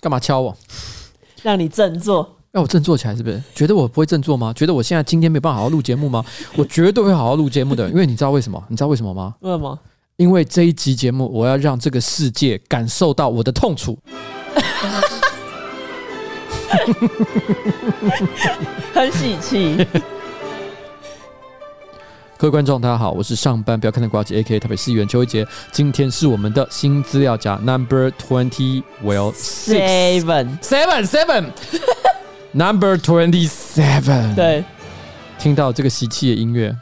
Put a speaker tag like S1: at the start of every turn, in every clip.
S1: 干嘛敲我？哎
S2: 让你振作。
S1: 让我振作起来，是不是？觉得我不会振作吗？觉得我现在今天没办法好好录节目吗？我绝对会好好录节目的，因为你知道为什么？你知道为什么吗？
S2: 为什么？
S1: 因为这一集节目，我要让这个世界感受到我的痛楚。
S2: 很喜气。
S1: 各位观众，大家好，我是上班不要看的瓜姐 A K 台北市议员邱一杰，今天是我们的新资料夹 Number Twenty Well Six
S2: Seven，
S1: Seven Seven Number Twenty Seven。，
S2: 对，
S1: 听到这个喜气的音乐，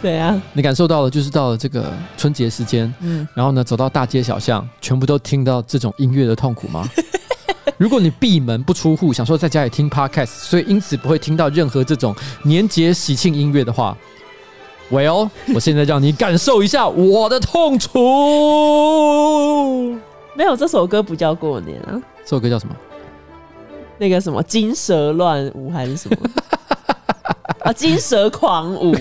S2: 怎样？
S1: 你感受到了，就是到了这个春节时间，
S2: 嗯，
S1: 然后呢，走到大街小巷，全部都听到这种音乐的痛苦吗？如果你闭门不出户，想说在家里听 podcast，所以因此不会听到任何这种年节喜庆音乐的话，Well，我现在让你感受一下我的痛楚。
S2: 没有这首歌不叫过年啊，
S1: 这首歌叫什么？
S2: 那个什么金蛇乱舞还是 什么？啊，金蛇狂舞，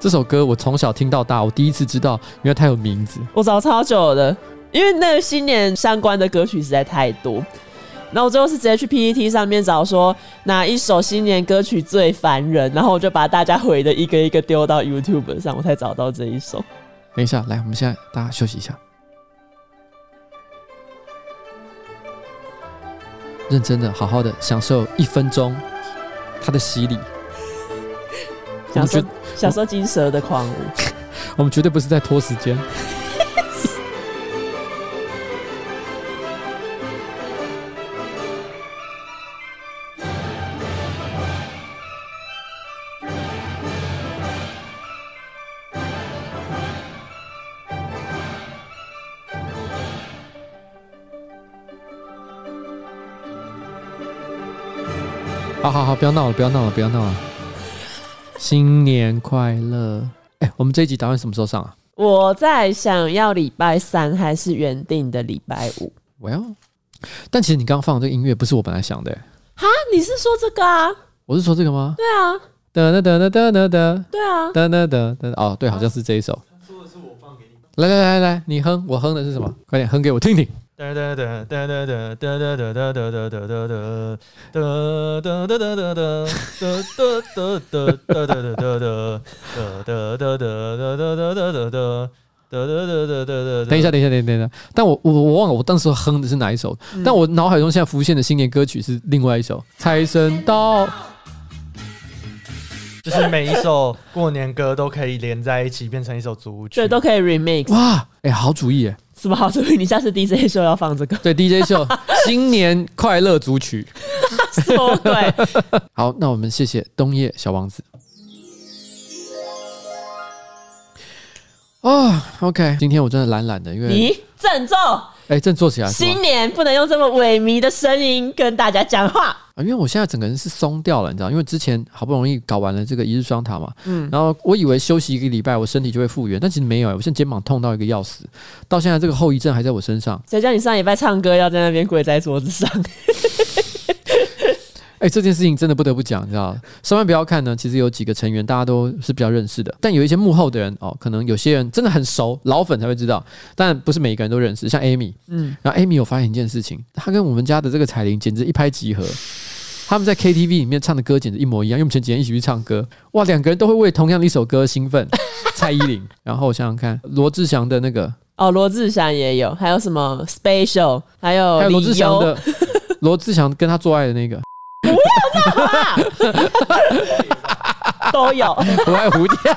S1: 这首歌我从小听到大，我第一次知道，原来它有名字。
S2: 我找超久的，因为那个新年相关的歌曲实在太多。然后我最后是直接去 PPT 上面找说哪一首新年歌曲最烦人，然后我就把大家回的一个一个丢到 YouTube 上，我才找到这一首。
S1: 等一下，来，我们现在大家休息一下，认真的、好好的享受一分钟它的洗 礼。我
S2: 享
S1: 们绝
S2: 受享受金蛇的狂舞。
S1: 我们绝对不是在拖时间。好好好，不要闹了，不要闹了，不要闹了！新年快乐！哎、我们这一集打算什么时候上啊
S2: 我在想要礼拜三还是原定的礼拜五？
S1: ？Well，但其实你刚放的这个音乐不是我本来想的、
S2: 哈，啊你是说这个啊？
S1: 我是说这个吗？
S2: 对啊，
S1: 哒哒哒哒哒哒哒
S2: 对啊，
S1: 哒哒哒哒，哦，对，好像是这一首。来来来来，你哼，我哼的是什么？快点哼给我听听。
S3: 哒哒哒哒哒哒哒哒哒哒哒哒哒哒哒哒哒哒哒哒
S1: 等一下，等一下，等一下，等一下。但我我我忘了我当时哼的是哪一首，但我脑海中现在浮现的新年歌曲是另外一首《财神到》。
S3: 就是每一首过年歌都可以连在一起，变成一首主曲
S2: 对，。都可以 remix。
S1: 哇，哎、好主意哎！
S2: 什么好主意？你下次 DJ 秀要放这 个
S1: 对，DJ 秀新年快乐组曲。
S2: 什么鬼？
S1: 好，那我们谢谢冬夜小王子。哦、o k 今天我真的懒懒的，因为
S2: 你郑重，
S1: 哎、正坐起来是吗
S2: 新年不能用这么萎靡的声音跟大家讲话。
S1: 啊，因为我现在整个人是松掉了，你知道，因为之前好不容易搞完了这个一日双塔嘛，嗯，然后我以为休息一个礼拜我身体就会复原，但其实没有、我现在肩膀痛到一个要死，到现在这个后遗症还在我身上。
S2: 谁叫你上礼拜唱歌要在那边跪在桌子上？
S1: 哎、这件事情真的不得不讲，你知道，上班不要看呢。其实有几个成员大家都是比较认识的，但有一些幕后的人哦，可能有些人真的很熟，老粉才会知道，但不是每一个人都认识。像 Amy，嗯
S2: 嗯，
S1: 然后 Amy 有发现一件事情，她跟我们家的这个彩铃简直一拍即合。他们在 KTV 里面唱的歌简直一模一样，因为我们前几天一起去唱歌，哇，两个人都会为同样的一首歌兴奋。蔡依林，然后我想想看，罗志祥的那个，
S2: 哦，罗志祥也有，还有什么 special，还有
S1: 还有罗
S2: 理
S1: 志祥
S2: 由
S1: 的，罗志祥跟他做爱的那个，
S2: 都有。
S1: 我爱蝴蝶。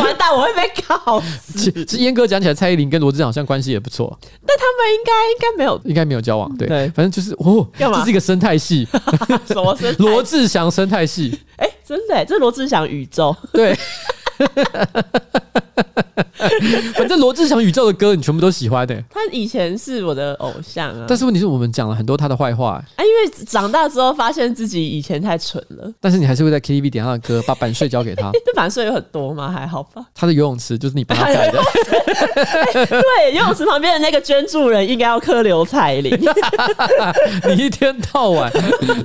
S2: 完蛋，我会被告死。
S1: 其实阉哥讲起来，蔡依林跟罗志祥好像关系也不错。
S2: 但他们应该应该没有
S1: 应该没有交往，对，
S2: 嗯对
S1: 反正就是哦，
S2: 干嘛
S1: 这是一个生态 系，
S2: 什么生态
S1: 罗志祥生态系，
S2: 哎、真的耶，这是罗志祥宇宙，
S1: 对，反正罗志祥宇宙的歌你全部都喜欢的、
S2: 他以前是我的偶像啊。
S1: 但是问题是我们讲了很多他的坏话、
S2: 啊，因为长大之后发现自己以前太蠢了，
S1: 但是你还是会在 KTV 点他的歌，把版税交给 他。
S2: 这版税有很多吗？还好吧。
S1: 他的游泳池就是你帮他 改的，
S2: 对，游泳池旁边的那个捐助人应该要刻刘彩 玲，
S1: 你一天到晚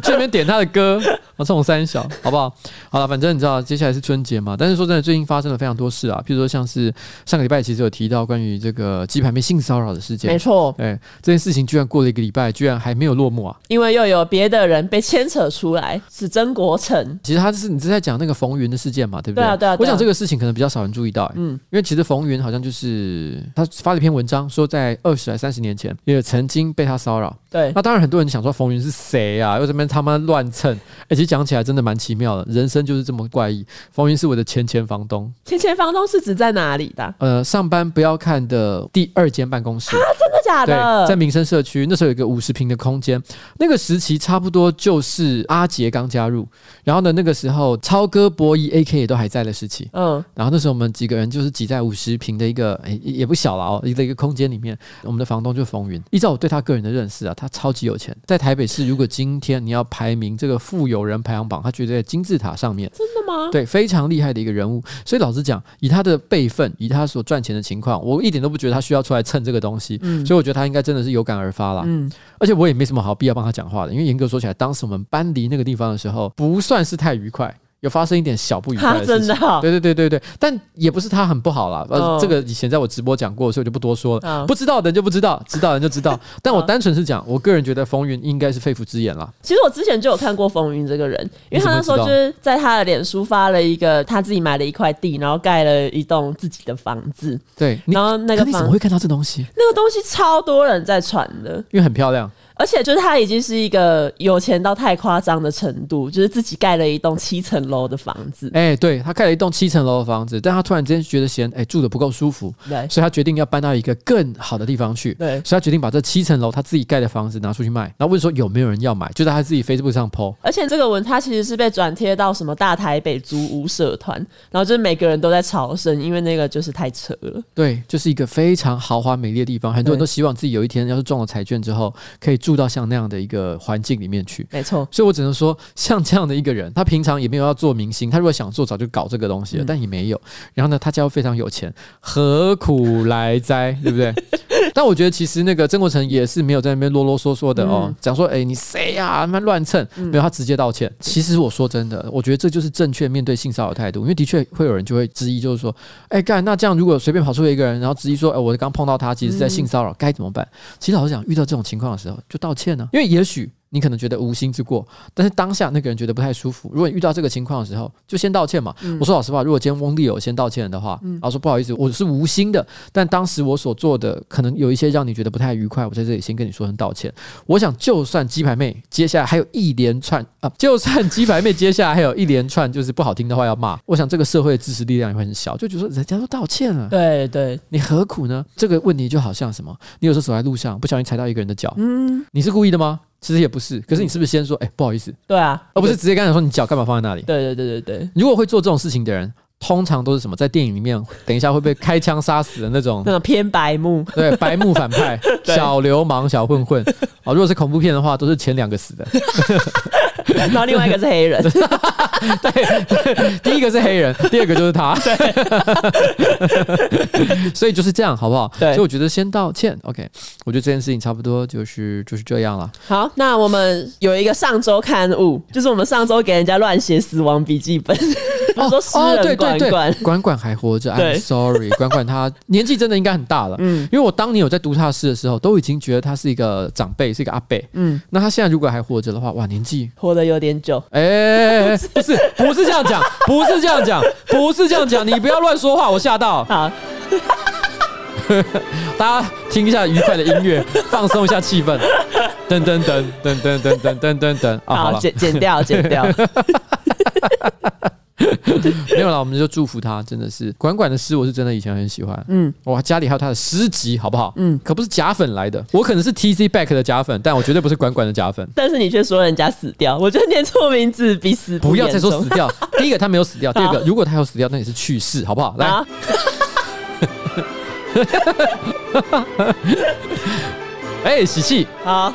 S1: 这边点他的歌，我送我三小，好不好？好了，反正你知道接下来是春节嘛，但是说真的，最近发生了非常多事啊，譬如如说像是上个礼拜其实有提到关于这个鸡排妹性骚扰的事
S2: 没
S1: 件，
S2: 错，
S1: 对哎这件事情居然过了一个礼拜，居然还没有落幕啊！
S2: 因为又有别的人被牵扯出来，是曾国成。
S1: 其实他是你是在讲那个冯云的事件嘛，对不
S2: 对啊对啊对啊
S1: 我想这个事情可能比较少人注意到、欸，
S2: 嗯，
S1: 因为其实冯云好像就是他发了一篇文章，说在二十来三十年前也曾经被他骚扰。
S2: 对，
S1: 那当然很多人想说冯云是谁啊？又这边他妈乱蹭，而、其实讲起来真的蛮奇妙的，人生就是这么怪异。冯云是我的前前房东，
S2: 前前房东是指在哪里的啊？
S1: 呃，上班不要看的第二间办公室。
S2: 真的假
S1: 对，在
S2: 的？
S1: 民生社区，那时候有一个五十平的空间，那个时期差不多就是阿杰刚加入，然后呢，那个时候超哥、博弈 AK 也都还在的时期，
S2: 嗯，
S1: 然后那时候我们几个人就是挤在五十平的一个，诶也也不小了哦，一个一个空间里面，我们的房东就是冯云。依照我对他个人的认识啊，他超级有钱，在台北市，如果今天你要排名这个富有人排行榜，他绝对在金字塔上面。
S2: 真的 吗？
S1: 对，非常厉害的一个人物。所以老实讲，以他的辈分，以他所赚钱的情况，我一点都不觉得他需要出来蹭这个东西。
S2: 嗯
S1: 所以我觉得他应该真的是有感而发啦。
S2: 嗯，
S1: 而且我也没什么好必要帮他讲话的，因为严格说起来，当时我们搬离那个地方的时候，不算是太愉快，有发生一点小不愉快
S2: 哈，
S1: 的事
S2: 真
S1: 情。
S2: 的啊，
S1: 对对对对对，但也不是他很不好啦，呃，
S2: 嗯
S1: 这个以前在我直播讲过，所以我就不多说了。
S2: 嗯
S1: 不知道的人就不知道，知道的人就知 道。但
S2: 哦
S1: 我单纯是讲，我个人觉得风云应该是肺腑之言啦。
S2: 其实我之前就有看过冯云这个人，因为他那时候
S1: 你怎么知道
S2: 就是在他的脸书发了一个他自己买了一块地，然后盖了一栋自己的房子，
S1: 对，你
S2: 然后那
S1: 可
S2: 个
S1: 你怎么
S2: 房
S1: 会看到这东西？
S2: 那个东西超多人在传的，
S1: 因为很漂亮。
S2: 而且就是他已经是一个有钱到太夸张的程度，就是自己盖了一栋七层楼的房子，
S1: 哎、对他盖了一栋七层楼的房子，但他突然之间觉得嫌哎、住的不够舒服，
S2: 对
S1: 所以他决定要搬到一个更好的地方去。
S2: 对，
S1: 所以他决定把这七层楼他自己盖的房子拿出去卖，然后问说有没有人要买，就在他自己 Facebook 上 PO。
S2: 而且这个文它其实是被转贴到什么大台北租屋社团，然后就是每个人都在朝圣，因为那个就是太扯了。
S1: 对，就是一个非常豪华美丽的地方，很多人
S2: 对
S1: 都希望自己有一天要是中了彩券之后，可以住到像那样的一个环境里面去。
S2: 没错，
S1: 所以我只能说，像这样的一个人，他平常也没有要做明星，他如果想做，早就搞这个东西了，
S2: 嗯
S1: 但也没有。然后呢，他家又非常有钱，何苦来哉，对 不对？但我觉得其实那个曾国成也是没有在那边啰啰嗦嗦的哦
S2: 嗯，
S1: 讲说，哎、你谁呀、他妈乱蹭，没有，他直接道歉。其实我说真的，我觉得这就是正确面对性骚扰的态度，因为的确会有人就会质疑，就是说，哎、干，那这样如果随便跑出一个人，然后质疑说，哎、我刚碰到他，其实是在性骚扰，该、怎么办？其实老实讲，遇到这种情况的时候，就道歉啊呢、因为也许。你可能觉得无心之过，但是当下那个人觉得不太舒服。如果你遇到这个情况的时候，就先道歉嘛。
S2: 嗯
S1: 我说老实话，如果今天翁立友先道歉的话，然后说不好意思，我是无心的，但当时我所做的可能有一些让你觉得不太愉快，我在这里先跟你说声道歉。我想，就算鸡排妹接下来还有一连串 啊，就算鸡排妹接下来还有一连串就是不好听的话要骂，我想这个社会的支持力量也会很小，就觉得说人家都道歉了，
S2: 对对，
S1: 你何苦呢？这个问题就好像什么，你有时候走在路上不小心踩到一个人的脚，
S2: 嗯，
S1: 你是故意的吗？其实也不是，可是你是不是先说，哎、不好意思，
S2: 对啊，
S1: 哦而不是直接跟他讲说你脚干嘛放在那里？
S2: 对对对对对，
S1: 如果会做这种事情的人，通常都是什么，在电影里面等一下会被开枪杀死的那 种
S2: 那种偏白目，
S1: 对，白目反派、
S2: 对
S1: 小流氓、小混混啊、如果是恐怖片的话，都是前两个死的。
S2: 然后另外一个是黑 人，
S1: 第一个是黑人，第二个就是他。所以就是这样，好不好？
S2: 对
S1: 所以我觉得先道歉，OK。我觉得这件事情差不多就是就是这样了。
S2: 好，那我们有一个上周刊物，就是我们上周给人家乱写死亡笔记本，他说诗
S1: 哦对
S2: 人
S1: 对
S2: 管
S1: 对
S2: 管，，
S1: 管管还活着
S2: 对
S1: ，I'm sorry，管管他年纪真的应该很大了。
S2: 嗯
S1: 因为我当年有在读他的诗的时候，都已经觉得他是一个长辈，是一个阿伯。
S2: 嗯，
S1: 那他现在如果还活着的话，哇，年纪
S2: 活得有点久，
S1: 哎、哎哎不是，不是这样讲，不是这样讲，不是这样讲，你不要乱说话，我吓到。
S2: 好，
S1: 大家听一下愉快的音乐，放松一下气氛。噔噔噔噔噔噔噔噔噔噔啊，好
S2: 好，
S1: 了，
S2: 剪剪掉，剪掉，
S1: 没有了，我们就祝福他，真的是管管的诗，我是真的以前很喜欢。
S2: 嗯，
S1: 哇，家里还有他的诗集，好不好？
S2: 嗯
S1: 嗯，可不是假粉来的，我可能是 T C Back 的假粉，但我绝对不是管管的假 粉。
S2: 但是你却说人家死掉，我觉得念错名字比死
S1: 不要
S2: 严
S1: 再说
S2: 重
S1: 死掉，第一个他没有死掉，第二个
S2: 好
S1: 如果他有死掉，那也是去世，好不好？来，
S2: 啊，
S1: 哎、喜气，
S2: 好。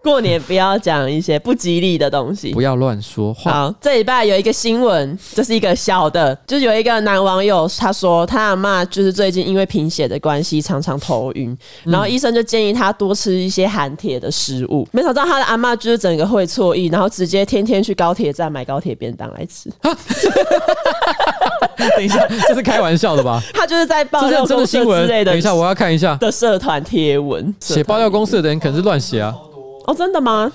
S2: 过年不要讲一些不吉利的东西
S1: 不。要乱说话。
S2: 好，这礼拜有一个新闻，这是一个小的，就是有一个男网友他说他阿妈就是最近因为贫血的关系常常头晕，
S1: 嗯
S2: 然后医生就建议他多吃一些含铁的食物。没想到他的阿妈就是整个会错意，然后直接天天去高铁站买高铁便当来吃。
S1: 等一下， 这是开玩笑的 吧？
S2: 他就是在爆
S1: 这
S2: 料
S1: 是真
S2: 公
S1: 的
S2: 社
S1: 新
S2: 之
S1: 闻。
S2: 类的
S1: 等一下，我要看一下
S2: 的社团贴文。
S1: 写爆料公社的人可能是乱写啊，
S2: 哦，真的吗？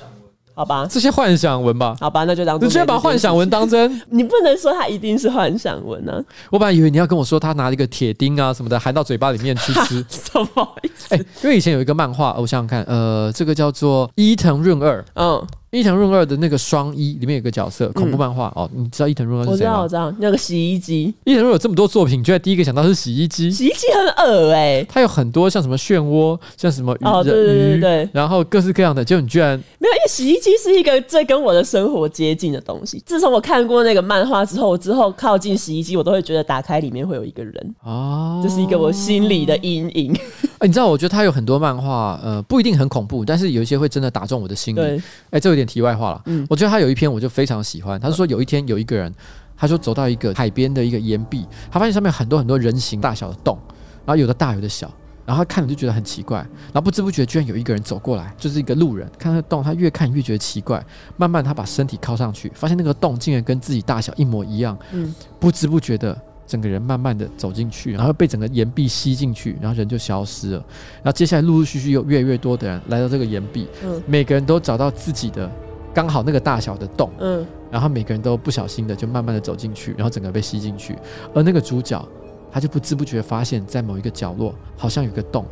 S2: 好吧，
S1: 这些幻想文 吧？
S2: 好吧，那就当作
S1: 你居然
S2: 没这
S1: 把
S2: 件
S1: 幻想文当真？
S2: 事，你不能说它一定是幻想文 啊？。
S1: 我本来以为你要跟我说他拿了一个铁钉啊什么的含到嘴巴里面去吃
S2: 什么意思？
S1: 哎、因为以前有一个漫画，我想想看，呃，这个叫做伊藤润二，
S2: 嗯，
S1: 伊藤润二的那个双一里面有个角色，恐怖漫画、哦，你知道伊藤润二
S2: 我
S1: 是
S2: 知
S1: 谁
S2: 道，
S1: 吗
S2: 我？知道，那个洗衣机，
S1: 伊藤润二有这么多作品，你居然第一个想到是洗衣机。
S2: 洗衣机很恶哎、
S1: 它有很多像什么漩涡，像什么鱼，
S2: 哦对对对
S1: 鱼
S2: 对
S1: 然后各式各样的，结果你居然
S2: 没有，因为洗衣机是一个最跟我的生活接近的东西。自从我看过那个漫画之后，我之后靠近洗衣机，我都会觉得打开里面会有一个人，
S1: 哦，
S2: 这是一个我心里的阴影。
S1: 哎，你知道，我觉得它有很多漫画，呃，不一定很恐怖，但是有一些会真的打中我的心里。
S2: 对，
S1: 哎，这有点题外话了。
S2: 嗯
S1: 我觉得他有一篇我就非常喜欢，他是说有一天有一个人，他就走到一个海边的一个岩壁，他发现上面有很多很多人形大小的洞，然后有的大有的小，然后他看了就觉得很奇怪，然后不知不觉居然有一个人走过来，就是一个路人，看他的洞，他越看越觉得奇怪，慢慢他把身体靠上去，发现那个洞竟然跟自己大小一模一样，
S2: 嗯
S1: 不知不觉的。整个人慢慢的走进去，然后被整个岩壁吸进去，然后人就消失了。然后接下来陆陆续续有越来越多的人来到这个岩壁，
S2: 嗯
S1: 每个人都找到自己的刚好那个大小的洞，
S2: 嗯，
S1: 然后每个人都不小心的就慢慢的走进去，然后整个被吸进去。而那个主角他就不知不觉发现，在某一个角落好像有个洞，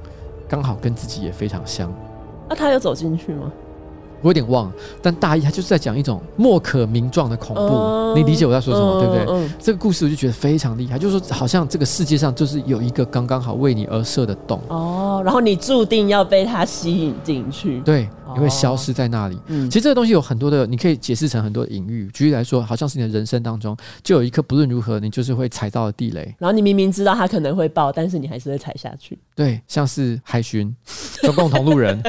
S1: 刚好跟自己也非常像。
S2: 那、啊他有走进去吗？
S1: 我有点忘了，但大意他就是在讲一种莫可名状的恐怖，
S2: 哦
S1: 你理解我在说什么，对不对？
S2: 嗯，
S1: 这个故事我就觉得非常厉害，就是说好像这个世界上就是有一个刚刚好为你而设的洞，
S2: 哦，然后你注定要被它吸引进去。
S1: 对，你会
S2: 哦
S1: 消失在那里。
S2: 嗯
S1: 其实这个东西有很多的，你可以解释成很多的隐喻。举例来说，好像是你的人生当中就有一颗不论如何你就是会踩到的地雷，
S2: 然后你明明知道它可能会爆，但是你还是会踩下去。
S1: 对，像是海 巡、中共同路人，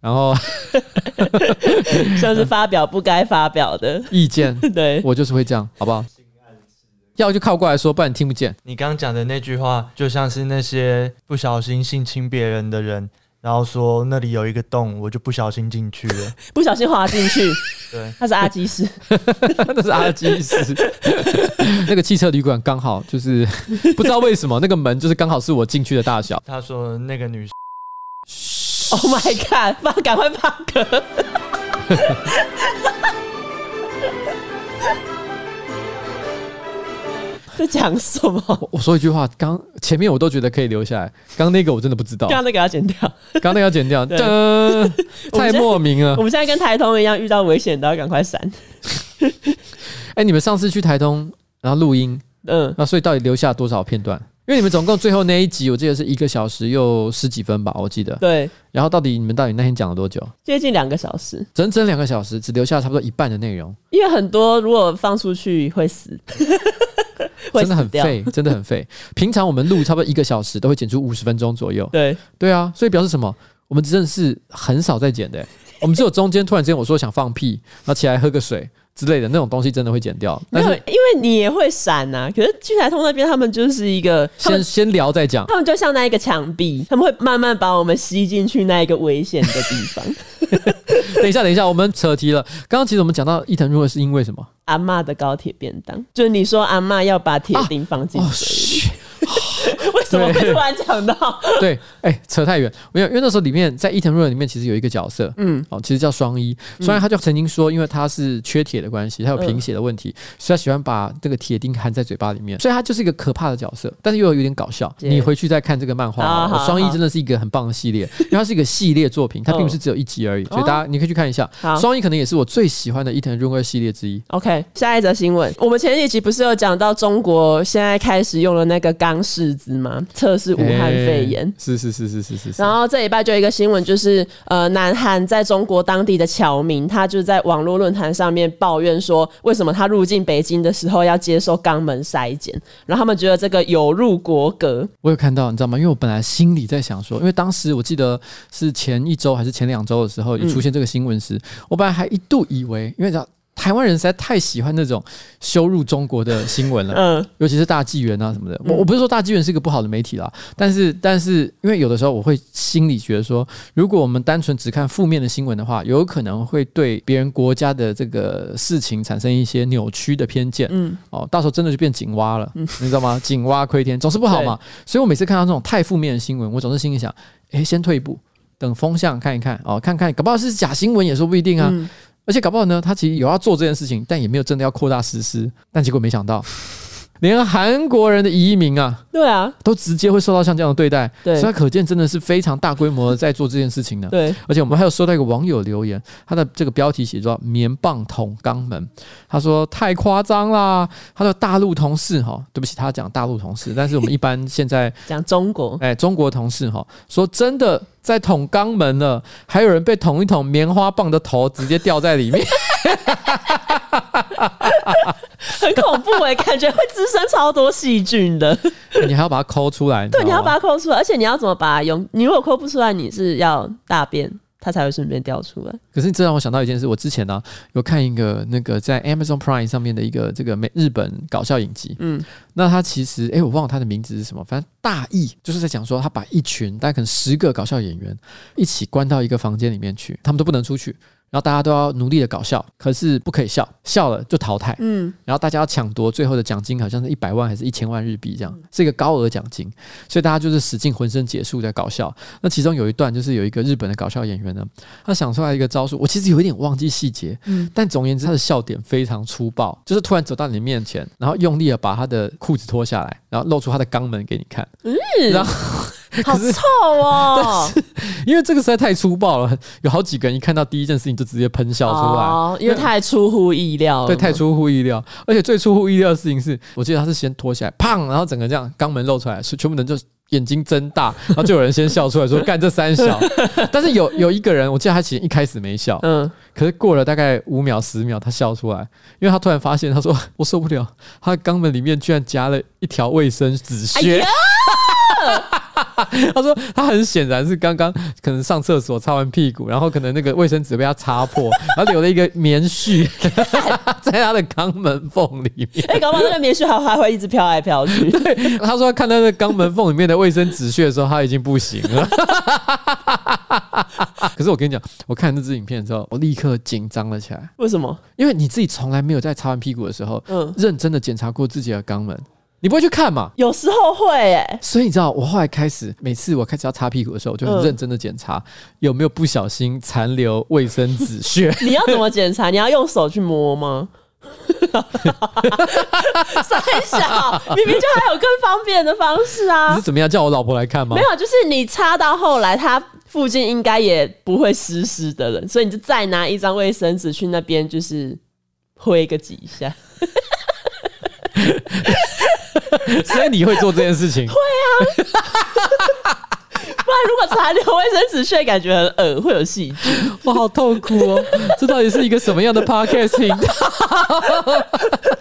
S1: 然后
S2: 像是发表不该发表的，
S1: 意见，
S2: 对，
S1: 我就是会这样，好不好？要就靠过来说，不然你听不见。
S3: 你刚刚讲的那句话，就像是那些不小心性侵别人的人，然后说那里有一个洞，我就不小心进去了。
S2: 不小心滑进去，
S3: 对，
S2: 他是阿基师，
S1: 那是阿基斯， 那个汽车旅馆刚好就是不知道为什么那个门就是刚好是我进去的大小。
S3: 他说那个女生
S2: Oh my god！放赶快放歌。 在讲什么？
S1: 我我说一句话，刚前面我都觉得可以留下来，刚那个我真的不知道
S2: 刚，刚那个要剪掉。
S1: 刚那个要剪掉，
S2: 对
S1: 噔，太莫名了
S2: 我。们现在跟台通一样，遇到危险都要赶快闪。
S1: 哎、你们上次去台东，然后录音，
S2: 嗯，
S1: 那所以到底留下多少片段？因为你们总共最后那一集，我记得是一个小时又十几分吧，我记得。
S2: 对，
S1: 然后到底你们到底那天讲了多久？
S2: 接近两个小时，
S1: 整整两个小时，只留下差不多一半的内容，
S2: 因为很多如果放出去会死，会
S1: 真的
S2: 死
S1: 很
S2: 掉。
S1: 废，真的很废。平常我们录差不多一个小时，都会剪出五十分钟左右。
S2: 对，
S1: 对啊，所以表示什么？我们真的是很少在剪的、我们只有中间突然之间我说想放屁，然后起来喝个水之类的那种东西，真的会剪掉。
S2: 没
S1: 但
S2: 有，
S1: 是
S2: 因为你也会闪呐、可是聚财通那边他们就是一个，他
S1: 先
S2: 们
S1: 先聊再讲。
S2: 他们就像那一个墙壁，他们会慢慢把我们吸进去那一个危险的地方。
S1: 等一下，等一下，我们扯题了。刚刚其实我们讲到伊藤润二是因为什么？
S2: 阿嬷的高铁便当，就是你说阿嬷要把铁钉放进
S1: 哦，
S2: 水里，
S1: 嘘
S2: 为什么会
S1: 对
S2: 突然讲到？
S1: 对，哎、扯太远，没有，因为那时候里面在伊藤润二里面其实有一个角色，嗯，哦，其实叫双一，
S2: 嗯
S1: 双一他就曾经说，因为他是缺铁的关系，他有贫血的问题，所以他喜欢把这个铁钉含在嘴巴里面，所以他就是一个可怕的角色，但是又有点搞笑。
S2: 对
S1: 你回去再看这个漫画好
S2: 啊好
S1: 了，哦
S2: 好
S1: 双一
S2: 好
S1: 真的是一个很棒的系列，因为它是一个系列作 品，它并不
S2: 嗯
S1: 是只有一集而已，所以大家你可以去看一下。
S2: 好
S1: 双一可能也是我最喜欢的伊藤润二系列之一。
S2: OK，下一则新闻，我们前几集不是有讲到中国现在开始用了那个钢试子吗？嘛，测试武汉肺炎。
S1: 哎是是是是是是是。
S2: 然后这礼拜就有一个新闻，就是呃，南韩在中国当地的侨民，他就在网络论坛上面抱怨说，为什么他入境北京的时候要接受肛门筛检？然后他们觉得这个有入国格，
S1: 我有看到，你知道吗？因为我本来心里在想说，因为当时我记得是前一周还是前两周的时候，有出现这个新闻时，我本来还一度以为，因为你知道台湾人实在太喜欢那种羞辱中国的新闻了，
S2: 嗯，
S1: 尤其是大纪元啊什么的。我我不是说大纪元是一个不好的媒体啦，但是但是因为有的时候我会心里觉得说，如果我们单纯只看负面的新闻的话，有可能会对别人国家的这个事情产生一些扭曲的偏见。嗯
S2: 嗯，
S1: 哦，到时候真的就变井蛙了，你知道吗？ 井蛙窥天总是不好嘛。所以我每次看到这种太负面的新闻，我总是心里想，诶，先退一步。等风向看一看哦，看看，搞不好是假新闻也说不一定啊。
S2: 嗯
S1: 而且搞不好呢，他其实有要做这件事情，但也没有真的要扩大实施。但结果没想到， 连韩国人的移民啊，
S2: 对啊，
S1: 都直接会受到像这样的对待，所
S2: 对
S1: 以他可见真的是非常大规模的在做这件事情呢。
S2: 对，
S1: 而且我们还有收到一个网友留言，他的这个标题写作“棉棒捅肛门”，他说太夸张啦。他的大陆同事哈，对不起，他讲大陆同事，但是我们一般现 在
S2: 讲中国，
S1: 哎，中国同事哈说真的在捅肛门了，还有人被捅一捅，棉花棒的头直接掉在里面。
S2: 很恐怖哎、感觉会滋生超多细菌
S1: 哦
S2: 的。
S1: 你还要把它抠出来，
S2: 对，你要把
S1: 它
S2: 它抠出来，而且你要怎么把它用？你如果抠不出来，你是要大便，它才会顺便掉出来。
S1: 可是这让我想到一件事，我之前呢、有看一个那个在 Amazon Prime 上面的一个这个美日本搞笑影集，
S2: 嗯，
S1: 那它其实诶，我忘了它的名字是什么，反正大意就是在讲说，他把一群大概可能十个搞笑演员一起关到一个房间里面去，他们都不能出去。然后大家都要努力的搞笑，可是不可以笑，笑了就淘汰。
S2: 嗯，
S1: 然后大家要抢夺最后的奖金，好像是一百万还是一千万日币这样，是一个高额奖金，所以大家就是使尽浑身解数在搞笑。那其中有一段就是有一个日本的搞笑演员呢，他想出来一个招数，我其实有一点忘记细节，
S2: 嗯
S1: 但总而言之他的笑点非常粗暴，就是突然走到你的面前，然后用力的把他的裤子脱下来，然后露出他的肛门给你看，
S2: 嗯
S1: 然后
S2: 好
S1: 可是
S2: 臭 哦、
S1: 因为这个实在太粗暴了，有好几个人一看到第一件事情就直接喷笑出来。啊
S2: 哦，因为太出乎意料了嘛，
S1: 对，太出乎意料，而且最出乎意料的事情是，我记得他是先脱下来，砰，然后整个这样肛门露出来，所以全部人就眼睛睁大，然后就有人先笑 出来说干这三小，但是有有一个人，我记得他其实一开始没笑，
S2: 嗯，
S1: 可是过了大概五秒十秒，他笑出来，因为他突然发现，他说 我受不了，他的肛门里面居然夹了一条卫生纸屑。 他说他很显然是刚刚可能上厕所擦完屁股，然后可能那个卫生纸被他擦破， 然后留了一个棉絮 在他的肛门缝里 面。
S2: 哎、搞不好那个棉絮还还会一直飘来飘去。
S1: 他说他看到那肛门缝里面的卫生纸屑的时候，他已经不行了。 可是我跟你讲，我看那支影片之后，我立刻紧张了起来，
S2: 为什么？
S1: 因为你自己从来没有在擦完屁股的时候
S2: 嗯，
S1: 认真的检查过自己的肛门，你不会去看嘛？
S2: 有时候会哎、
S1: 所以你知道，我后来开始，每次我开始要擦屁股的时候，我就很
S2: 嗯
S1: 认真的检查有没有不小心残留卫生纸 屑。
S2: 你要怎么检查？你要用手去摸吗？三小，明明就还有更方便的方式
S1: 你
S2: 啊
S1: 是！怎么样叫我老婆来看吗
S2: 没？有，就是你擦到后来，它附近应该也不会湿湿的了，所以你就再拿一张卫生纸去那边，就是挥个几下。
S1: 所以你会做这件事情？
S2: 不然如果残留卫生纸屑，感觉很恶，会有细菌。
S1: 我好痛苦哦！ 这到底是一个什么样的 podcasting？
S2: 不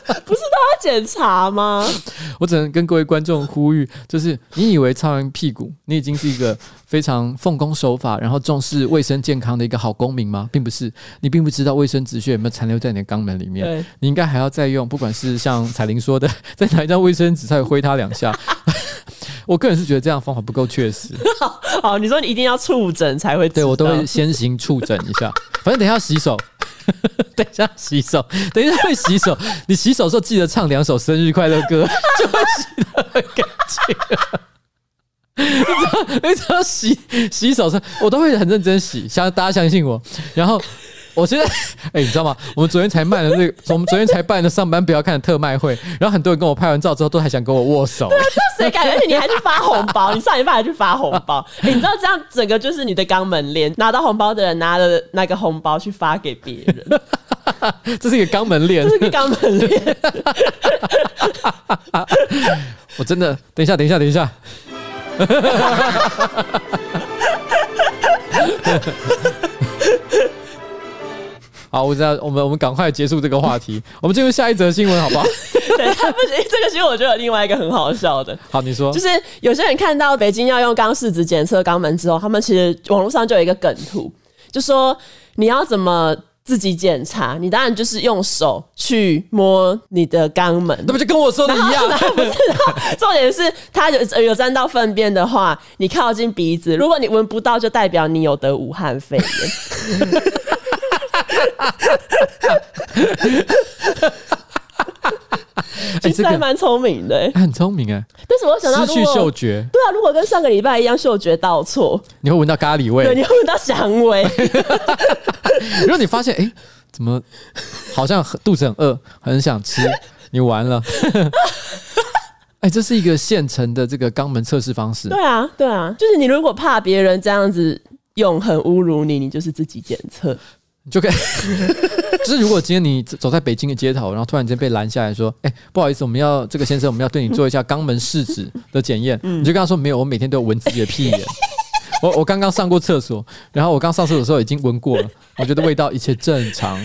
S2: 是都要检查吗？
S1: 我只能跟各位观众呼吁，就是你以为擦完屁股，你已经是一个非常奉公守法，然后重视卫生健康的一个好公民吗？并不是，你并不知道卫生纸屑有没有残留在你的肛门里面。
S2: 对，
S1: 你应该还要再用，不管是像彩玲说的， 再拿一张卫生纸稍微挥它两下。 我个人是觉得这样的方法不够确实，
S2: 好，你说你一定要触诊才会知道，
S1: 对我都会先行触诊一下。反正等一下洗手， 等一下洗手，等一下会洗手。你洗手的时候记得唱两首生日快乐歌， 就会洗的很干净了。你知道，你知道洗洗手的时候，我都会很认真洗，相大家相信我。然后我现在，哎、你知道吗？我们昨天才办了那个，我们昨天才办了上班不要看的特卖会，然后很多人跟我拍完照之后都还想跟我握手。
S2: 谁敢？而且你还去发红包，你上一半还去发红包、哎，你知道这样整个就是你的肛门链，拿到红包的人拿了那个红包去发给别人，
S1: 这是一个肛门链
S2: 这，是个肛门链。
S1: 我真的，等一下，等一下，等一下， 好，我知道，我们我们赶快结束这个话题，我们进入下一则新闻， 好不好？
S2: 对，不行，这个其实我觉得有另外一个很好笑的，
S1: 好，你说
S2: 就，是有些人看到北京要用肛试纸检测肛门之后，他们其实网络上就有一个梗图，就说你要怎么自己检查，你当然就是用手去摸你的肛门。
S1: 那不就跟我说的一样？
S2: 重点是，它有有沾到粪便的话，你靠近鼻子，如果你闻不到，就代表你有得武汉肺炎。
S1: 哎
S2: 其
S1: 哎这
S2: 实
S1: 个
S2: 还蛮聪明的、欸，
S1: 哎很聪明哎，
S2: 但是我想到
S1: 失
S2: 如
S1: 去
S2: 果
S1: 嗅觉，
S2: 对啊，如果跟上个礼拜一样嗅觉倒错，
S1: 你会闻到咖喱味
S2: 对，。你会闻到香 味。
S1: 如果你发现哎、诶怎么好像很肚子很饿，很想吃，你完了。 哎、这是一个现成的这个肛门测试方式。
S2: 对啊，对啊，就是你如果怕别人这样子用很侮辱你，你就是自己检测。
S1: 你就可以， 就是如果今天你走在北京的街头，然后突然间被拦下来说：“哎、不好意思，我们要这个先生，我们要对你做一下肛门试纸的检验。你就跟他说：“没有，我每天都有闻自己的屁眼。我我刚刚上过厕所，然后我刚上厕所的时候已经闻过了，我觉得味道一切正常，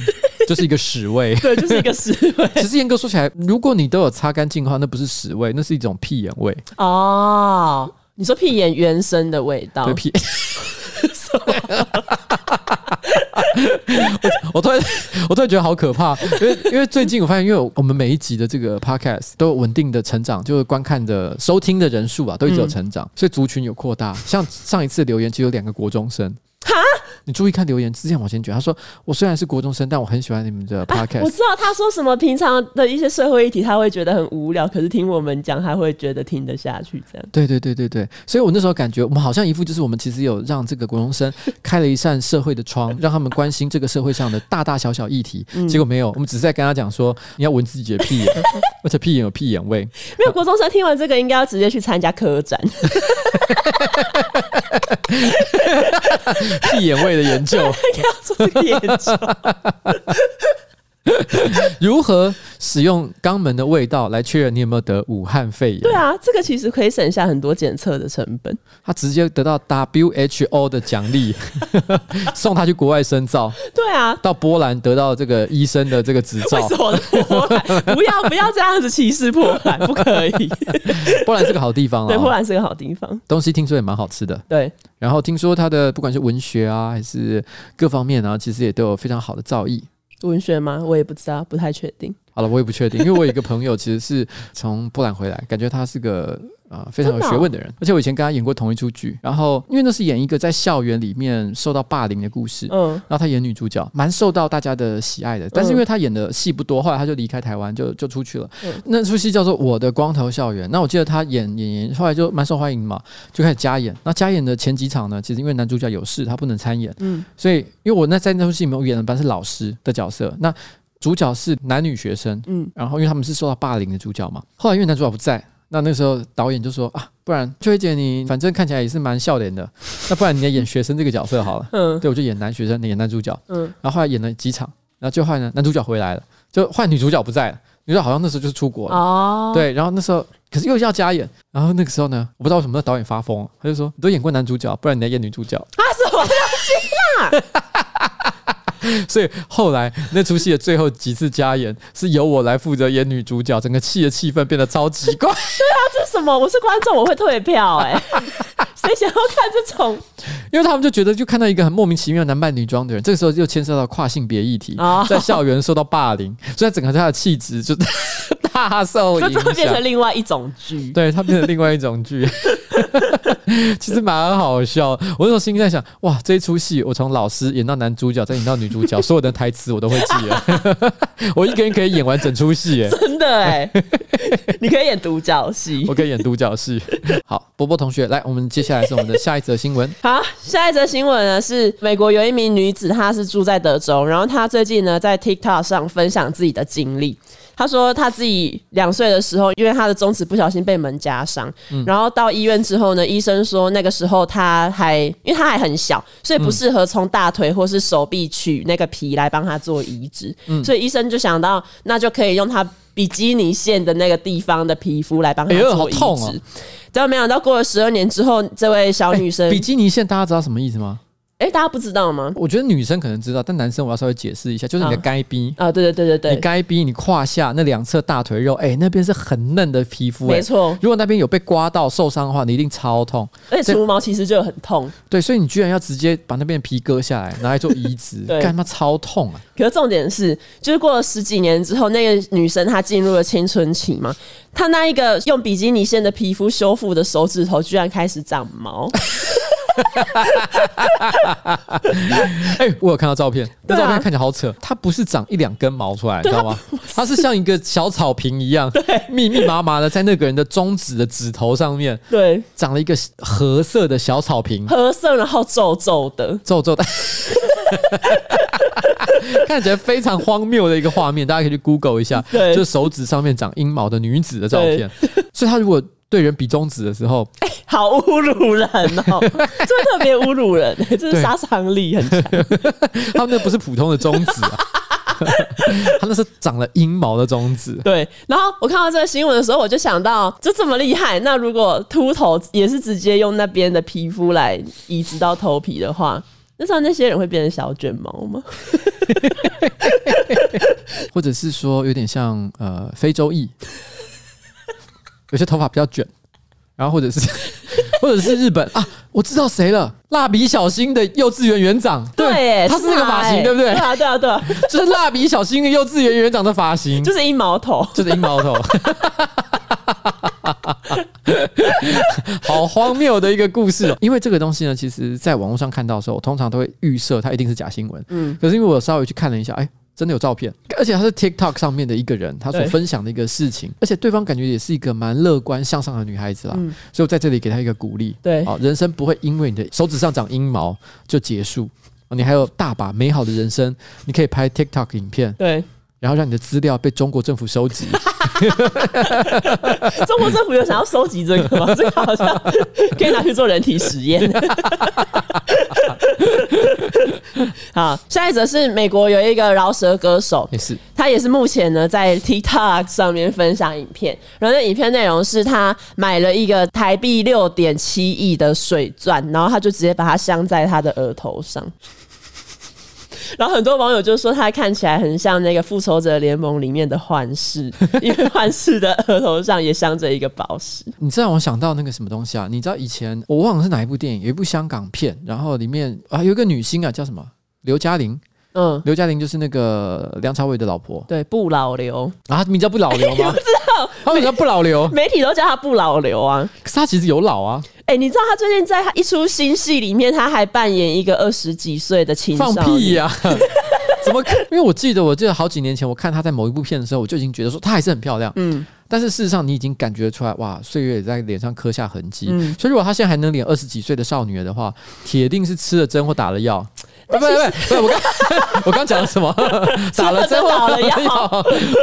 S1: 就是一个屎味。
S2: 对，就是一个思维
S1: 其实严格说起来，如果你都有擦干净的话，那不是屎味，那是一种屁眼味。
S2: 哦。你说屁眼原生的味道
S1: 对，屁。 我我突然我突然觉得好可怕，因为因为最近我发现，因为我们每一集的这个 podcast 都有稳定的成长，就是观看的收听的人数啊，都一直有成长，所以族群有扩大。像上一次留言，其实有两个国中生。你注意看留言，之前往前卷，他说：“我虽然是国中生，但我很喜欢你们的 podcast。
S2: 啊我知道他说什么，平常的一些社会议题他会觉得很无聊，可是听我们讲他会觉得听得下去。这样
S1: 对对对对对，所以我那时候感觉我们好像一副就是我们其实有让这个国中生开了一扇社会的 窗，让他们关心这个社会上的大大小小议题。
S2: 嗯
S1: 结果没有，我们只是在跟他讲说你要闻自己的屁 眼，而且屁眼有屁眼味。
S2: 没有国中生听完这个，应该要直接去参加科展。
S1: 屁眼味的研究
S2: 应该要做这个研究。
S1: 如何使用肛门的味道来确认你有没有得武汉肺炎。
S2: 对啊，这个其实可以省下很多检测的成本。
S1: 他直接得到 WHO 的奖励， 送他去国外深造，
S2: 对啊，
S1: 到波兰得到这个医生的这个执
S2: 为
S1: 照
S2: 什。么波兰？不要不要这样子歧视波兰，不可以。
S1: 波兰是个好地方
S2: 对，波
S1: 啊，
S2: 兰是个好地方。
S1: 东西听说也蛮好吃的。
S2: 对，
S1: 然后听说他的不管是文学啊，还是各方面啊，其实也都有非常好的造诣。
S2: 文学吗？我也不知道，不太确定。
S1: 好了，我也不确定，因为我有一个朋友其实是从波兰回来，感觉他是个呃非常有
S2: 真的哦
S1: 学问的人，而且我以前跟他演过同一出剧，然后因为那是演一个在校园里面受到霸凌的故事。
S2: 嗯，
S1: 然后他演女主角，蛮受到大家的喜爱的。但是因为他演的戏不多，后来他就离开台湾，就就出去了。
S2: 嗯
S1: 那出戏叫做《我的光头校园》。那我记得他演演演，后来就蛮受欢迎嘛，就开始加演。那加演的前几场呢，其实因为男主角有事，他不能参演。
S2: 嗯
S1: 所以因为我那在那出戏里面，我演的班是老师的角色，那主角是男女学生，
S2: 嗯，
S1: 然后因为他们是受到霸凌的主角嘛，后来因为男主角不在，那那时候导演就说啊，不然秋叶姐你反正看起来也是蛮笑脸 的，那不然你来演学生这个角色好了，
S2: 嗯
S1: 对，我就演男学生，演男主角，
S2: 嗯，
S1: 然后后来演了几场，然后就换呢男主角回来了，就换女主角不在了，女主角好像那时候就是出国了，
S2: 哦，
S1: 对，然后那时候可是又要加演，然后那个时候呢，我不知道为什么那导演发疯了，啊他就说你都演过男主角，不然你来演女主角。
S2: 啊，什么？
S1: 所以后来那出戏的最后几次加演是由我来负责演女主角，整个戏的气氛变得超级怪。
S2: 这是什么？我是观众，我会退票哎、谁想要看这种？
S1: 因为他们就觉得就看到一个很莫名其妙男扮女装的人，这个时候就牵涉到跨性别议题
S2: 哦，
S1: 在校园受到霸凌， 所以整个他的气质就 大受
S2: 就这
S1: 影
S2: 会变成
S1: 响。
S2: 另外一种剧。
S1: 对他变成另外一种剧， 其实蛮好笑。我那时候心里在想，哇，这一出戏我从老师演到男主角，再演到女主角，所有的台词我都会记了。 我一个人可以演完整出戏， 哎，
S2: 真的哎、你可以演独角戏
S1: 我。可以演独角戏。好，波波同学，来，我们接下来是我们的下一则新闻。
S2: 好，下一则新闻呢是美国有一名女子，她是住在德州，然后她最近呢在 TikTok 上分享自己的经历。她说她
S1: 嗯
S2: 自己两岁的时候，因为她的中指不小心被门夹伤，然后到医院之后呢，医生说，那个时候他还因为他还很小，所以不适合从大腿或是手臂取那个皮来帮他做移植，
S1: 嗯
S2: 所以医生就想到，那就可以用他比基尼线的那个地方的皮肤来帮他
S1: 哎呦
S2: 做
S1: 好
S2: 移植。
S1: 痛哦
S2: 结果没想到过了十二年之后，这位小哦女生，
S1: 哎比基尼线大家知道什么意思吗？
S2: 哎、大家不知道吗？
S1: 我觉得女生可能知道，但男生我要稍微解释一下，就是你的
S2: 好
S1: 该逼。
S2: 啊，对对对对
S1: 你
S2: 对，
S1: 该逼你胯下那两侧大腿肉，哎、那边是很嫩的皮肤、哎
S2: 没。错，
S1: 如果那边有被刮到受伤的话，你一定超痛。
S2: 而且除毛其实就很痛。
S1: 对，所以你居然要直接把那边的皮割下来，拿来做移植，
S2: 对
S1: 干嘛超痛啊！
S2: 可是重点是，就是过了十几年之后，那个女生她进入了青春期嘛，她那一个用比基尼线的皮肤修复的手指头居然开始长 毛，
S1: 哎、我有看到照片，那
S2: 对啊啊
S1: 照片看起来好扯，它不是长一两根毛出来，你知道吗？它是像一个小草坪一 样，密密麻麻的在那个人的中指的指头上面
S2: 对，
S1: 长了一个褐色的小草坪，
S2: 褐色然后皱皱的，
S1: 皱皱的。 看起来非常荒谬的一个画面，大家可以去 Google 一下，
S2: 对
S1: 就手指上面长阴毛的女子的照片。 所以，她如果对人比中指的时候，
S2: 好侮辱人 哦，这特别侮辱人，这
S1: 对
S2: 是杀伤力很强。
S1: 他那不是普通的中指啊， 他那是长了阴毛的中指。
S2: 对，然后我看到这个新闻的时候，我就想到，就这么厉害，那如果秃头也是直接用那边的皮肤来移植到头皮的话。那时候那些人会变成小卷毛吗？
S1: 或者是说有点像呃非洲裔，有些头发比较卷，然后或者是 或者是日本啊，我知道谁了，蜡笔小新的幼稚园园长，
S2: 耶
S1: 他是哎那个发型，
S2: 耶
S1: 对不对
S2: 对？啊，对啊，对啊。
S1: 就是蜡笔小新的幼稚园园长的发型，
S2: 就是一毛头。
S1: 就是阴毛头。好荒谬的一个故事哦！因为这个东西呢，其实在网络上看到的时候，我通常都会预设它一定是假新闻。嗯，可是因为我稍微去看了一下，哎，真的有照片，而且他是 TikTok 上面的一个人，他所
S2: 对
S1: 分享的一个事情，而且对方感觉也是一个蛮乐观向上的女孩子啦，所以我在这里给她一个鼓励。
S2: 嗯对
S1: 哦，人生不会因为你的手指上长阴毛就结束。哦你还有大把美好的人生，你可以拍 TikTok 影片，
S2: 对，
S1: 然后让你的资料被中国政府收集，
S2: 中国政府有想要收集这个吗？ 这个好像可以拿去做人体实验。 好，下一则是美国有一个饶舌歌手，
S1: 也是
S2: 他也是目前呢在 TikTok 上面分享影片，然后那影片内容是他买了一个台币六点七亿的水钻，然后他就直接把它镶在他的额头上。 然后很多网友就说他看起来很像那个《复仇者联盟》里面的 幻视，因为幻视的额头上也镶着一个宝石。
S1: 你这让我想到那个什么东西啊？你知道以前我忘了是哪一部电影，有一部香港片，然后里面啊有一个女星啊叫什么刘嘉玲，
S2: 嗯，
S1: 刘嘉玲就是那个梁朝伟的老婆
S2: 对，不老刘，
S1: 啊，她名叫不老刘 吗？不知道，她名叫不老刘，
S2: 媒体都叫他不老刘啊。
S1: 可是她其实有老啊，
S2: 哎、你知道他最近在他一出新戏里面，他还扮演一个二十几岁的青少
S1: 放
S2: 年。
S1: 屁呀、 怎么可？因为我记得，我记得好几年前我看她在某一部片的时候，我就已经觉得说她还是很漂亮，嗯。但是事实上，你已经感觉出来，哇，岁月也在脸上刻下痕迹。所以，如果她现在还能演二十几岁的少女的话，铁定是吃了针或打了药。不不不不，我刚我刚讲了什么？ 打了针或
S2: 打了 药
S1: 药？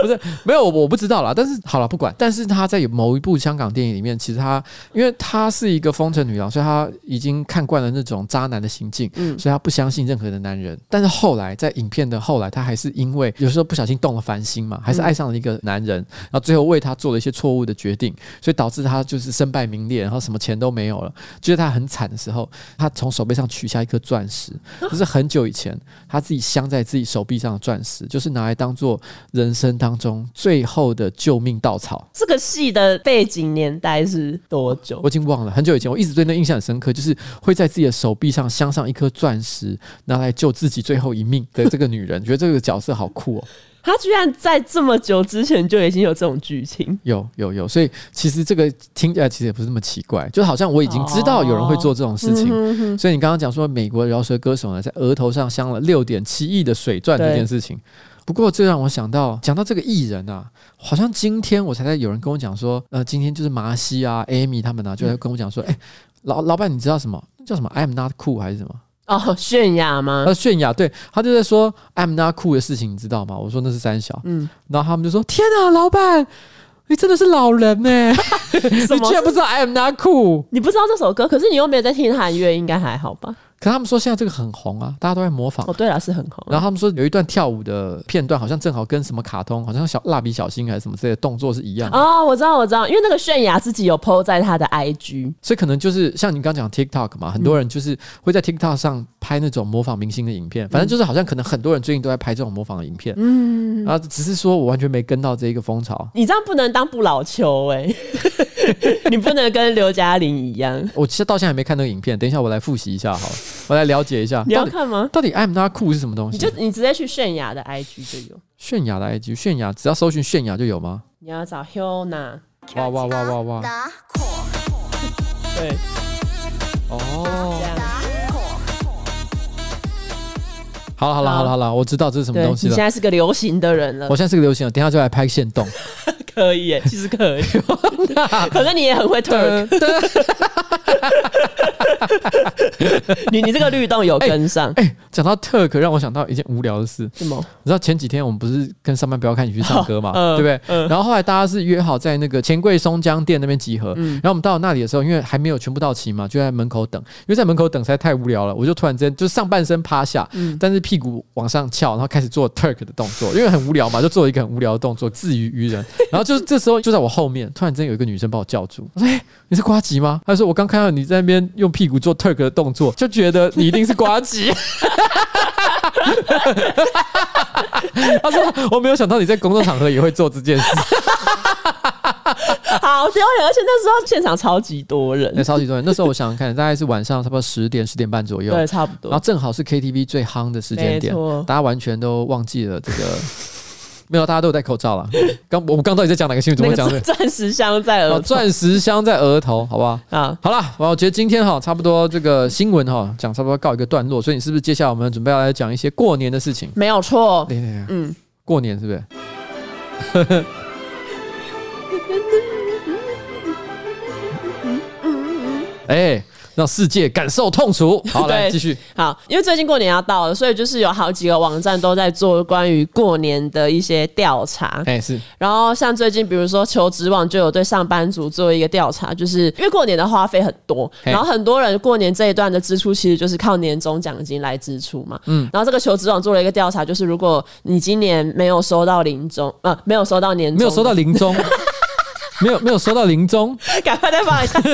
S1: 不是，没有，我不知道啦。但是好了，不管。但是她在有某一部香港电影里面，其实她因为她是一个风尘女郎，所以她已经看惯了那种渣男的行径，
S2: 嗯
S1: 所以她不相信任何的男人。但是后来在影片的后来，她还是因为有时候不小心动了凡心嘛，还
S2: 嗯
S1: 是爱上了一个男人，然后最后为他做了一些错误的决定，所以导致她就是身败名裂，然后什么钱都没有了。就是她很惨的时候，她从手背上取下一颗钻石，就是很久以前她自己镶在自己手臂上的钻石，就是拿来当做人生当中最后的救命稻草。
S2: 这个戏的背景年代是多久
S1: 我？已经忘了很久以前，我一直对那印象很深刻，就是会在自己的手臂上镶上一颗钻石，拿来救自己最后一命的这个女人，觉得 这个角色好酷哦。
S2: 他居然在这么久之前就已经有这种剧情，
S1: 有有有，所以其实这个听起呃来其实也不是那么奇怪，就好像我已经知道有人会做这种
S2: 嗯
S1: 事情，所以你刚刚讲说美国饶舌歌手呢在额头上镶了六点七亿的水钻这件事情。不过这让我想到，讲到这个艺人啊，好像今天我才在有人跟我讲说，呃，今天就是麻西啊、Amy 他们啊，就在跟我讲说，哎、老老板，你知道什么叫什么 “I'm not cool” 还是什么？
S2: 哦，泫雅吗？
S1: 呃，泫雅，对他就在说 I'm not cool 的事情，你知道吗？我说那是三小，嗯，然后他们就说天啊，老板，你真的是老人呢、
S2: 什
S1: 你
S2: 么
S1: 居然不知道 I am not cool。
S2: 你不知道这首歌，可是你又没有在听韩乐，应该还好吧？
S1: 可他们说现在这个很红啊，大家都在模仿
S2: 哦，。对了，是很红。
S1: 然后他们说有一段跳舞的片段，好像正好跟什么卡通，好像小蜡笔小新还是什么之类的动作是一样的，
S2: 哦，我知道，我知道，因为那个泫雅自己有 PO 在她的 IG，
S1: 所以可能就是像你刚讲 TikTok 嘛，
S2: 嗯
S1: 很多人就是会在 TikTok 上拍那种模仿明星的影片，反正就是好像可能很多人最近都在拍这种模仿的影片，嗯，然后只是说我完全没跟到这一个风潮，
S2: 你这样不能当不老球哎、 你不能跟刘嘉玲一样。
S1: 我其实到现在还没看那个影片，等一下我来复习一下好了，我来了解一下
S2: 你要
S1: 到底
S2: 看吗？
S1: 到底 I'm not cool 是什么东
S2: 你
S1: 西
S2: 就。你直接去泫雅的 IG 就有，
S1: 泫雅的 IG，泫雅只要搜寻泫雅就有吗？
S2: 你要找 Hona，
S1: 哇哇哇哇哇！
S4: 打火
S2: 对，这
S1: 哦，
S2: 样。
S4: 打火，
S1: 好了好了好了好了，我知道这是什么
S2: 对，
S1: 东
S2: 你
S1: 西了。
S2: 现在是个流行的人了
S1: 我，现在是个流行了，等一下就来拍现动。
S2: 可以耶， 其实可以。
S1: 啊
S2: 可是你也很会 turn，你你这个律动有跟上，
S1: 哎、讲到 Turk，让我想到一件无聊的事。
S2: 什么？
S1: 你知道前几天我们不是跟上班不要看你去 唱歌嘛，
S2: 哦嗯
S1: 对不对？然后后来大家是约好在那个钱柜松江店那边集合，
S2: 嗯
S1: 然后我们到那里的时候，因为还没有全部到齐嘛，就在门口等。因为在门口等实在太无聊了，我就突然间就上半身趴下，
S2: 嗯
S1: 但是屁股往上翘，然后开始做 Turk 的动作，因为很无聊嘛，就做一个很无聊的动作，自娱于人。 然后就是这时候就在我后面，突然间有一个女生把我叫住，我说：“哎、你是瓜吉吗？”她说：“我刚看到你在那边用屁股做 Turk 的动作，就觉得你一定是瓜吉。”他说：“我没有想到你在工作场合也会做这件事，
S2: 好丢脸！而且那时候现场超级多人
S1: 那，超级多人。那时候我想想看，大概是晚上差不多十点、十点半左右，
S2: 对，差不
S1: 然后
S2: 多。
S1: 正好是 KTV 最夯的时间点
S2: 没错，
S1: 大家完全都忘记了这个。没有，大家都有戴口罩了。刚我们刚到底在讲哪个新闻？怎
S2: 那
S1: 么
S2: 个
S1: 会讲这
S2: 钻
S1: 个？
S2: 钻石镶在
S1: 哦
S2: 耳
S1: 钻石镶在额头，好不好？
S2: 啊，
S1: 好啦，我觉得今天哈差不多这个新闻哈讲差不多告一个段落，所以你是不是接下来我们准备要来讲一些过年的事情？
S2: 没有错。
S1: 对对对，
S2: 嗯，
S1: 过年是不是？哎、让世界感受痛楚。好，来
S2: 对
S1: 继续。
S2: 好，因为最近过年要到了，所以就是有好几个网站都在做关于过年的一些调查。
S1: 哎、是
S2: 然后像最近，比如说求职网就有对上班族做一个调查，就是因为过年的花费很多，
S1: 嘿
S2: 然后很多人过年这一段的支出其实就是靠年终奖金来支出嘛。嗯，然后这个求职网做了一个调查，就是如果你今年没有收到年终，呃，没有收到年终，
S1: 没有收到，林 钟，没有没有收到林钟，
S2: 赶快再放一下。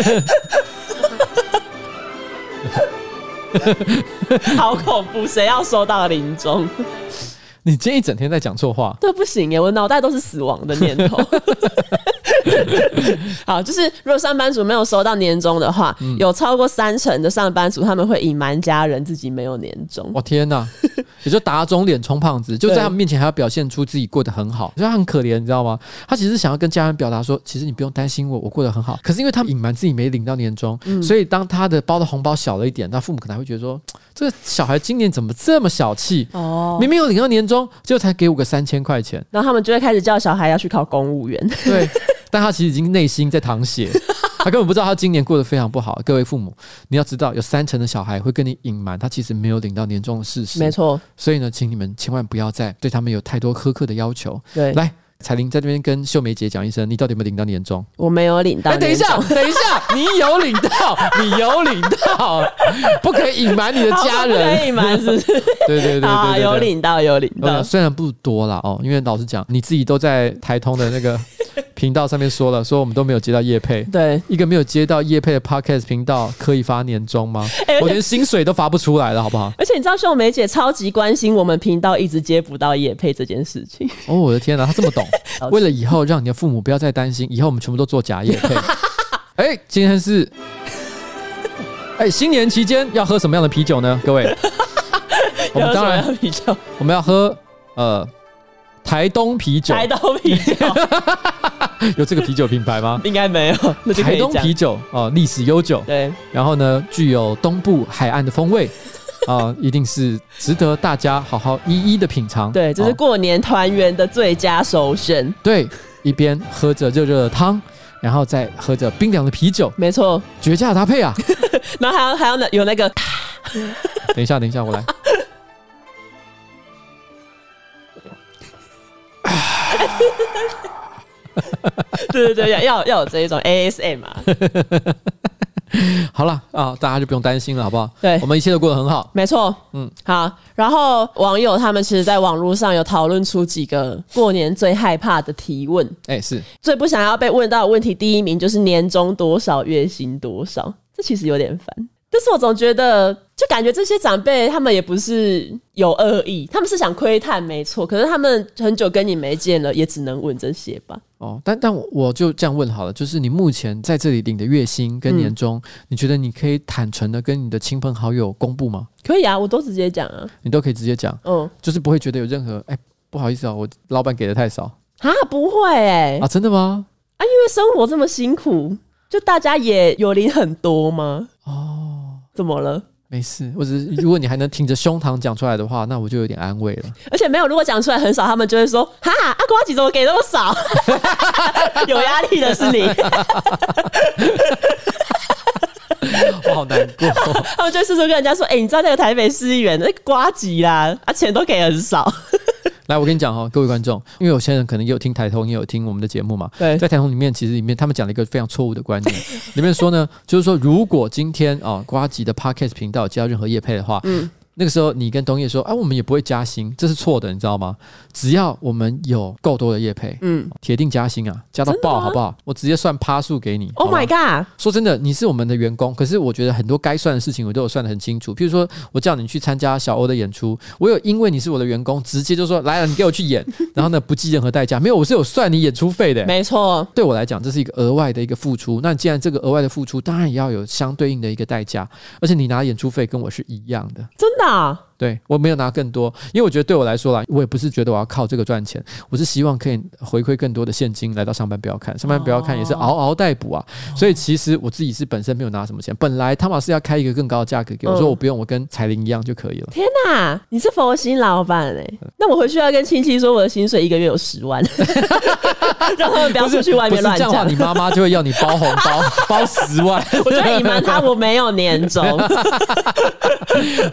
S2: 好恐怖！谁要收到临终？
S1: 你今天一整天在讲错话。
S2: 这不行耶，我脑袋都是死亡的念头。好，就是如果上班族没有收到年终的话，
S1: 嗯
S2: 有超过三成的上班族他们会隐瞒家人自己没有年终。
S1: 我天哪！也就打肿脸充胖子，就在
S2: 对
S1: 他们面前还要表现出自己过得很好，就他很可怜，你知道吗？他其实想要跟家人表达说，其实你不用担心我，我过得很好。可是因为他们隐瞒自己没领到年终，
S2: 嗯
S1: 所以当他的包的红包小了一点，他父母可能还会觉得说，这个小孩今年怎么这么小气？
S2: 哦，
S1: 明明有领到年终，结果才给我个三千块钱。
S2: 然后他们就会开始叫小孩要去考公务员。
S1: 对，但他其实已经内心在淌血，他根本不知道他今年过得非常不好。各位父母，你要知道，有三成的小孩会跟你隐瞒他其实没有领到年终的事实。
S2: 没，错，
S1: 所以呢，请你们千万不要再对他们有太多苛刻的要求。
S2: 对，
S1: 来，彩玲在这边跟秀梅姐讲一声，你到底有没有领到年终？
S2: 我没有领到
S1: 哎、
S2: 年终。
S1: 等一下，等一下，你有领到，你有领到，不可以隐瞒你的
S2: 好，
S1: 家
S2: 我不
S1: 人
S2: 可以。隐瞒是不是？
S1: 对对对对哦对
S2: 啊，
S1: 对，
S2: 有领到，有领
S1: 我
S2: 到
S1: 讲。虽然不多啦哦，因为老实讲，你自己都在台通的那个 频道上面说了，说我们都没有接到业配。
S2: 对，
S1: 一个没有接到业配的 podcast 频道可以发年终吗？
S2: 哎
S1: 我连薪水都发不出来了，好不好？
S2: 而且你知道秀梅姐超级关心我们频道一直接不到叶配这件事情，
S1: 哦，我的天哪，他这么 懂
S2: 了，解
S1: 为了以后让你的父母不要再担心，以后我们全部都做假 业配。哎、今天是。哎、新年期间要喝什么样的啤酒呢？各 位，我们当然
S2: 有什么要比较
S1: 我们要喝呃台东啤酒，
S2: 台东啤酒
S1: 有这个啤酒品牌 吗？
S2: 应该没有， 那就可
S1: 台
S2: 以
S1: 东
S2: 讲
S1: 啤。酒哦、历史悠久，
S2: 对，
S1: 然后呢，具有东部海岸的风 味，啊、一定是值得大家好好一一的品尝。
S2: 对，这是
S1: 哦
S2: 过年团圆的最佳首选，
S1: 对，一边喝着热热的汤，然后再喝着冰凉的啤酒，
S2: 没错。
S1: 绝佳的搭 配啊！
S2: 然后还要还要那有那个，
S1: 等一下，等一下，我来。
S2: 对对对，要要要有这一种 ASM 啊，
S1: 好了啊，大家就不用担心了，好不好？
S2: 对
S1: 我们一切都过得很好。
S2: 没错，
S1: 哦嗯
S2: 嗯，好。然后网友他们其实在网络上有讨论出几个过年最害怕的提问，
S1: 哎、是
S2: 最不想要被问到的问题，第一名就是年终多少，月薪多少，这其实有点烦。但是我总觉得，就感觉这些长辈他们也不是有恶意，他们是想窥探，没错。可是他们很久跟你没见了，也只能问这些吧。
S1: 哦，但但我我就这样问好了，就是你目前在这里领的月薪跟
S2: 嗯
S1: 年终，你觉得你可以坦诚的跟你的亲朋好友公布吗？
S2: 可以啊，我都直接讲啊，
S1: 你都可以直接讲，
S2: 嗯，
S1: 就是不会觉得有任何哎、不好意思哦，我老板给的太少
S2: 啊，不会哎、
S1: 啊，真的吗？
S2: 啊，因为生活这么辛苦，就大家也有领很多吗？
S1: 哦，
S2: 怎么了？
S1: 没事，我只是如果你还能挺着胸膛讲出来的话，那我就有点安 慰了。
S2: 而且没有，如果讲出来很少，他们就会说：“哈，阿瓜几怎么给那么少？” 有压力的是你，
S1: 我好难过，
S2: 他们就会试图跟人家说：“哎、你知道那个台北市议员那个瓜吉啦，啊，钱都给很少。
S1: 来，我跟你讲哦，各位观众，因为有些人可能也有听台通，也有听我们的节目嘛。
S2: 对
S1: 在台通里面，其实里面他们讲了一个非常错误的观 念，里面说呢，就是说如果今天啊、瓜吉的 podcast 频道接到任何业配的话，
S2: 嗯
S1: 那个时候你跟东叶说啊，我们也不会加薪，这是错的，你知道吗？只要我们有够多的业配，
S2: 嗯
S1: 铁定加薪啊，加到
S2: 真的
S1: 爆
S2: 吗
S1: 好不好？我直接算趴数给你。
S2: ”Oh
S1: 好吗
S2: my god！
S1: 说真的，你是我们的员工，可是我觉得很多该算的事情我都有算得很清楚。譬如说，我叫你去参加小欧的演出，我有因为你是我的员工，直接就说来了，你给我去演，然后呢不计任何代价，没有，我是有算你演出费的。
S2: 没错，
S1: 对我来讲，这是一个额外的一个付出。那既然这个额外的付出，当然也要有相对应的一个代价，而且你拿演出费跟我是一样的。
S2: 真的啊、
S1: 对我没有拿更多，因为我觉得对我来说啦，我也不是觉得我要靠这个赚钱，我是希望可以回馈更多的现金来到上班不要看，上班不要看也是
S2: 哦
S1: 嗷嗷待哺啊。所以其实我自己是本身没有拿什么钱，本来汤马斯要开一个更高的价格给我，
S2: 嗯
S1: 说我不用，我跟彩铃一样就可以了。
S2: 天哪，你是佛心老板哎、那我回去要跟亲戚说，我的薪水一个月有 十万，让他们不要出去外
S1: 不
S2: 面
S1: 是
S2: 乱
S1: 这样的话，
S2: 讲
S1: 你。妈妈就会要你包红包， 包十万，
S2: 我就会隐瞒他我没有年终。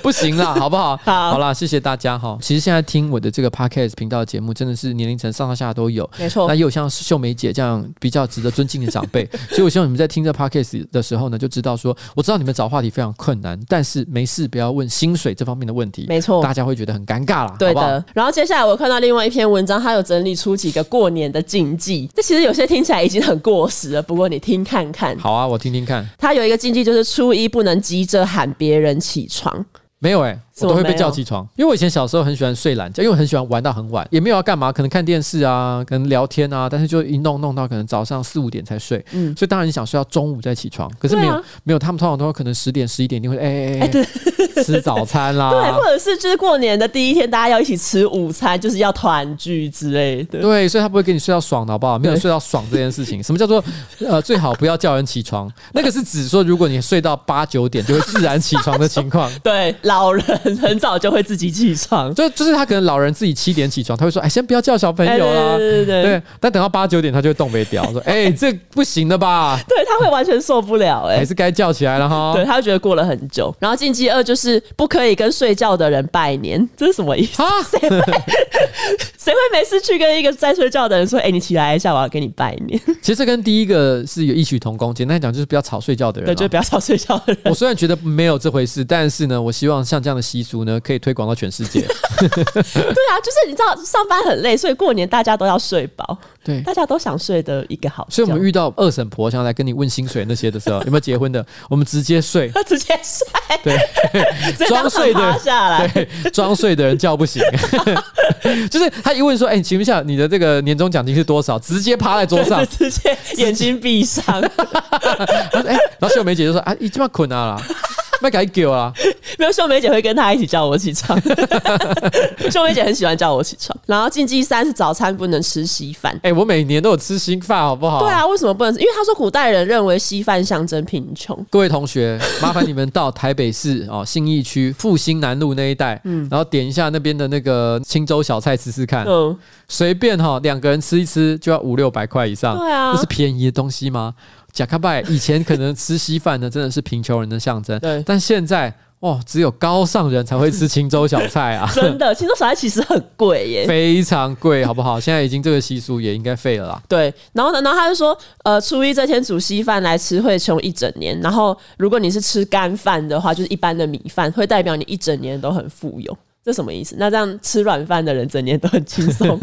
S1: 不行啦，好不好？
S2: 好
S1: 啦，谢谢大家哈。其实现在听我的这个 podcast 频道的节目，真的是年龄层上上下下都有，
S2: 没错
S1: 那也有像秀梅姐这样比较值得尊敬的长 辈，所以我希望你们在听这 podcast 的时候呢，就知道说，我知道你们找话题非常困难，但是没事不要问薪水这方面的问题，
S2: 没错
S1: 大家会觉得很尴尬啦，
S2: 对
S1: 好不好
S2: 的。然后接下来我看到另外一篇文章，它有整理出几个过年的禁忌。这其实有些听起来已经很过时了，不过你听看看。
S1: 好啊，我听听看。
S2: 它有一个禁忌就是初一不能急着喊别人起床。
S1: 没有哎、
S2: 什
S1: 我
S2: 么
S1: 都会被
S2: 没有
S1: 叫起床，因为我以前小时候很喜欢睡懒觉，因为我很喜欢玩到很晚，也没有要干嘛，可能看电视啊，可能聊天啊，但是就一弄弄到可能早上四五点才睡，
S2: 嗯
S1: 所以当然你想睡到中午再起床，可是没有、
S2: 对啊
S1: 没有，他们通常都可能十点十一点一定会哎哎哎吃早餐啦，
S2: 对，或者是就是过年的第一天，大家要一起吃午餐，就是要团聚之类 的。
S1: 对，所以他不会跟你睡到爽的，好不好？没有睡到爽这件事 情，什么叫做呃最好不要叫人起床？那个是指说，如果你睡到八九点就会自然起床的情 况。
S2: 对，老人很早就会自己起床。
S1: 就就是他可能老人自己七点起床，他会说：“哎，先不要叫小朋友啦。
S2: 哎对对对对
S1: 啊对，但等到八九点，他就会动没掉，说：“哎，这不行的 吧？
S2: 对，他会完全受不了哎、
S1: 还是该叫起来了哈。
S2: 对，他会觉得过了很久。然后禁忌二就是不可以跟睡觉的人拜年，这是什么意思？
S1: 啊，
S2: 谁会没事去跟一个在睡觉的人说：“哎、你起来一下，我要给你拜年。
S1: 其实这跟第一个是有异曲同工。简单讲，就是不要吵睡觉的”人、
S2: 对，就
S1: 啊。
S2: 不要吵睡觉的人。
S1: 我虽然觉得没有这回事，但是呢，我希望像这样的习俗呢，可以推广到全世 界。
S2: 对啊，就是你知道上班很累，所以过年大家都要睡饱，
S1: 对，
S2: 大家都想睡的一个好觉。
S1: 所以我们遇到二婶婆想要来跟你问薪水那些的时候，有没有结婚的？我们直接 睡，
S2: 他 直接睡，
S1: 对，
S2: 直接
S1: 装睡的
S2: 当场趴下来。
S1: 对，装睡的人叫不醒。 就是他一问说：“哎、请问一下，你的这个年终奖金是多少？”直接趴在桌上
S2: 就，是直接眼睛闭上，
S1: 他说：“哎、然后秀梅姐就说：‘啊，你这么困啊啦，卖改狗啊。
S2: 没有秀梅姐会跟她一起叫我起 床。秀梅姐很喜欢叫我起床。然后禁忌三是早餐不能吃稀饭。
S1: 哎、我每年都有吃新饭，好不好？
S2: 对啊，为什么不能吃？因为他说古代人认为稀饭象征贫穷。
S1: 各位同学，麻烦你们到台北市哦信义区复兴南路那一带，然后点一下那边的那个青州小菜吃吃看，
S2: 嗯，
S1: 随便哈、两个人吃一吃就要五六百块以上，
S2: 对啊
S1: 那是便宜的东 西吗？贾卡拜以前可能吃稀饭呢，真的是贫穷人的象征，
S2: 对，
S1: 但现在。哦，只有高尚人才会吃青州小菜啊
S2: 真的，青州小菜其实很贵耶。
S1: 非常贵，好不好？现在已经这个习俗也应该废了啦。
S2: 对，然后呢，然后他就说，呃，初一这天煮稀饭来吃会穷一整年，然后如果你是吃干饭的话，就是一般的米饭，会代表你一整年都很富有，这什么意思？那这样吃软饭的人整年都很 轻松，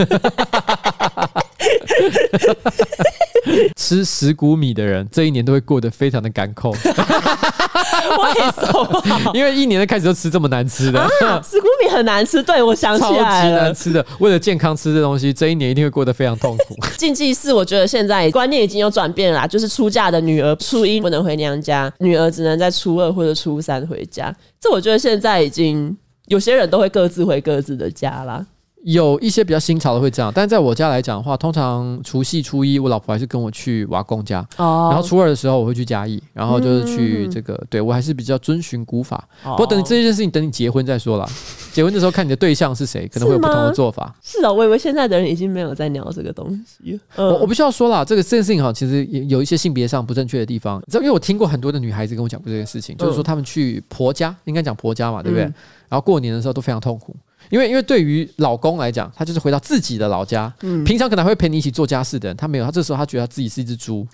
S1: 吃十谷米的人，这一年都会过得非常的干 扣，
S2: 为什 么？
S1: 因为一年的开始就吃这么难吃的。
S2: 啊，石谷米很难吃，对我想起
S1: 超级
S2: 来
S1: 难
S2: 了。
S1: 吃的，为了健康吃这东西，这一年一定会过得非常痛苦。
S2: 禁忌四，我觉得现在观念已经有转变了啦，就是出嫁的女儿初一不能回娘家，女儿只能在初二或者初三回家。这我觉得现在已经有些人都会各自回各自的家啦。
S1: 有一些比较新潮的会这样，但在我家来讲的话，通常除夕初一，我老婆还是跟我去瓦工家，
S2: 哦
S1: 然后初二的时候我会去嘉义，然后就是去这个，对我还是比较遵循古法。不过等这件事情，等你结婚再说啦。结婚的时候看你的对象是谁，可能会有不同的做法。
S2: 是哦，我以为现在的人已经没有在聊这个东西。嗯
S1: 我我必须要说啦，这个这件事情哈，其实也有一些性别上不正确的地方。你知道，因为我听过很多的女孩子跟我讲过这件事情，就是说她们去婆家，应该讲婆家嘛，对不对？
S2: 嗯
S1: 然后过年的时候都非常痛苦。因为，因为对于老公来讲，他就是回到自己的老家，
S2: 嗯
S1: 平常可能还会陪你一起做家事的人，他没有，他这时候他觉得他自己是一只猪，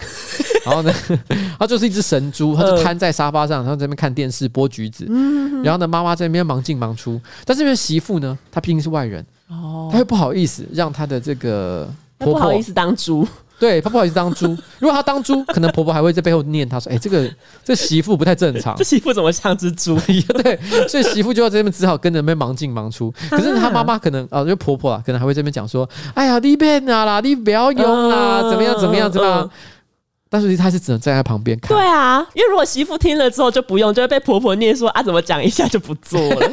S1: 然后呢， 他就是一只神猪，他就
S2: 嗯
S1: 瘫在沙发上，然后在那边看电视剥橘子，然后呢，妈妈在那边忙进忙出，但是因为媳妇呢，她毕竟是外人，
S2: 哦，
S1: 她会不好意思让她的这个
S2: 那
S1: 婆
S2: 不好
S1: 婆
S2: 意思当猪，
S1: 对，她不好意思当猪。如果她当猪，可能婆婆还会在背后念她说：“哎、这个这媳妇不太正常
S2: 这。媳妇怎么像只猪？”
S1: 对，所以媳妇就要在这边只好跟着那边忙进忙出。可是她妈妈可能啊、就婆婆啊，可能还会这边讲说：“哎呀，你别拿啦，你不要用啦，
S2: 嗯
S1: 怎么样怎么样怎么样。
S2: 嗯
S1: 但是她是只能站在旁边看
S2: 对。啊，因为如果媳妇听了之后就不用，就会被婆婆念说啊，怎么讲一下就不做了。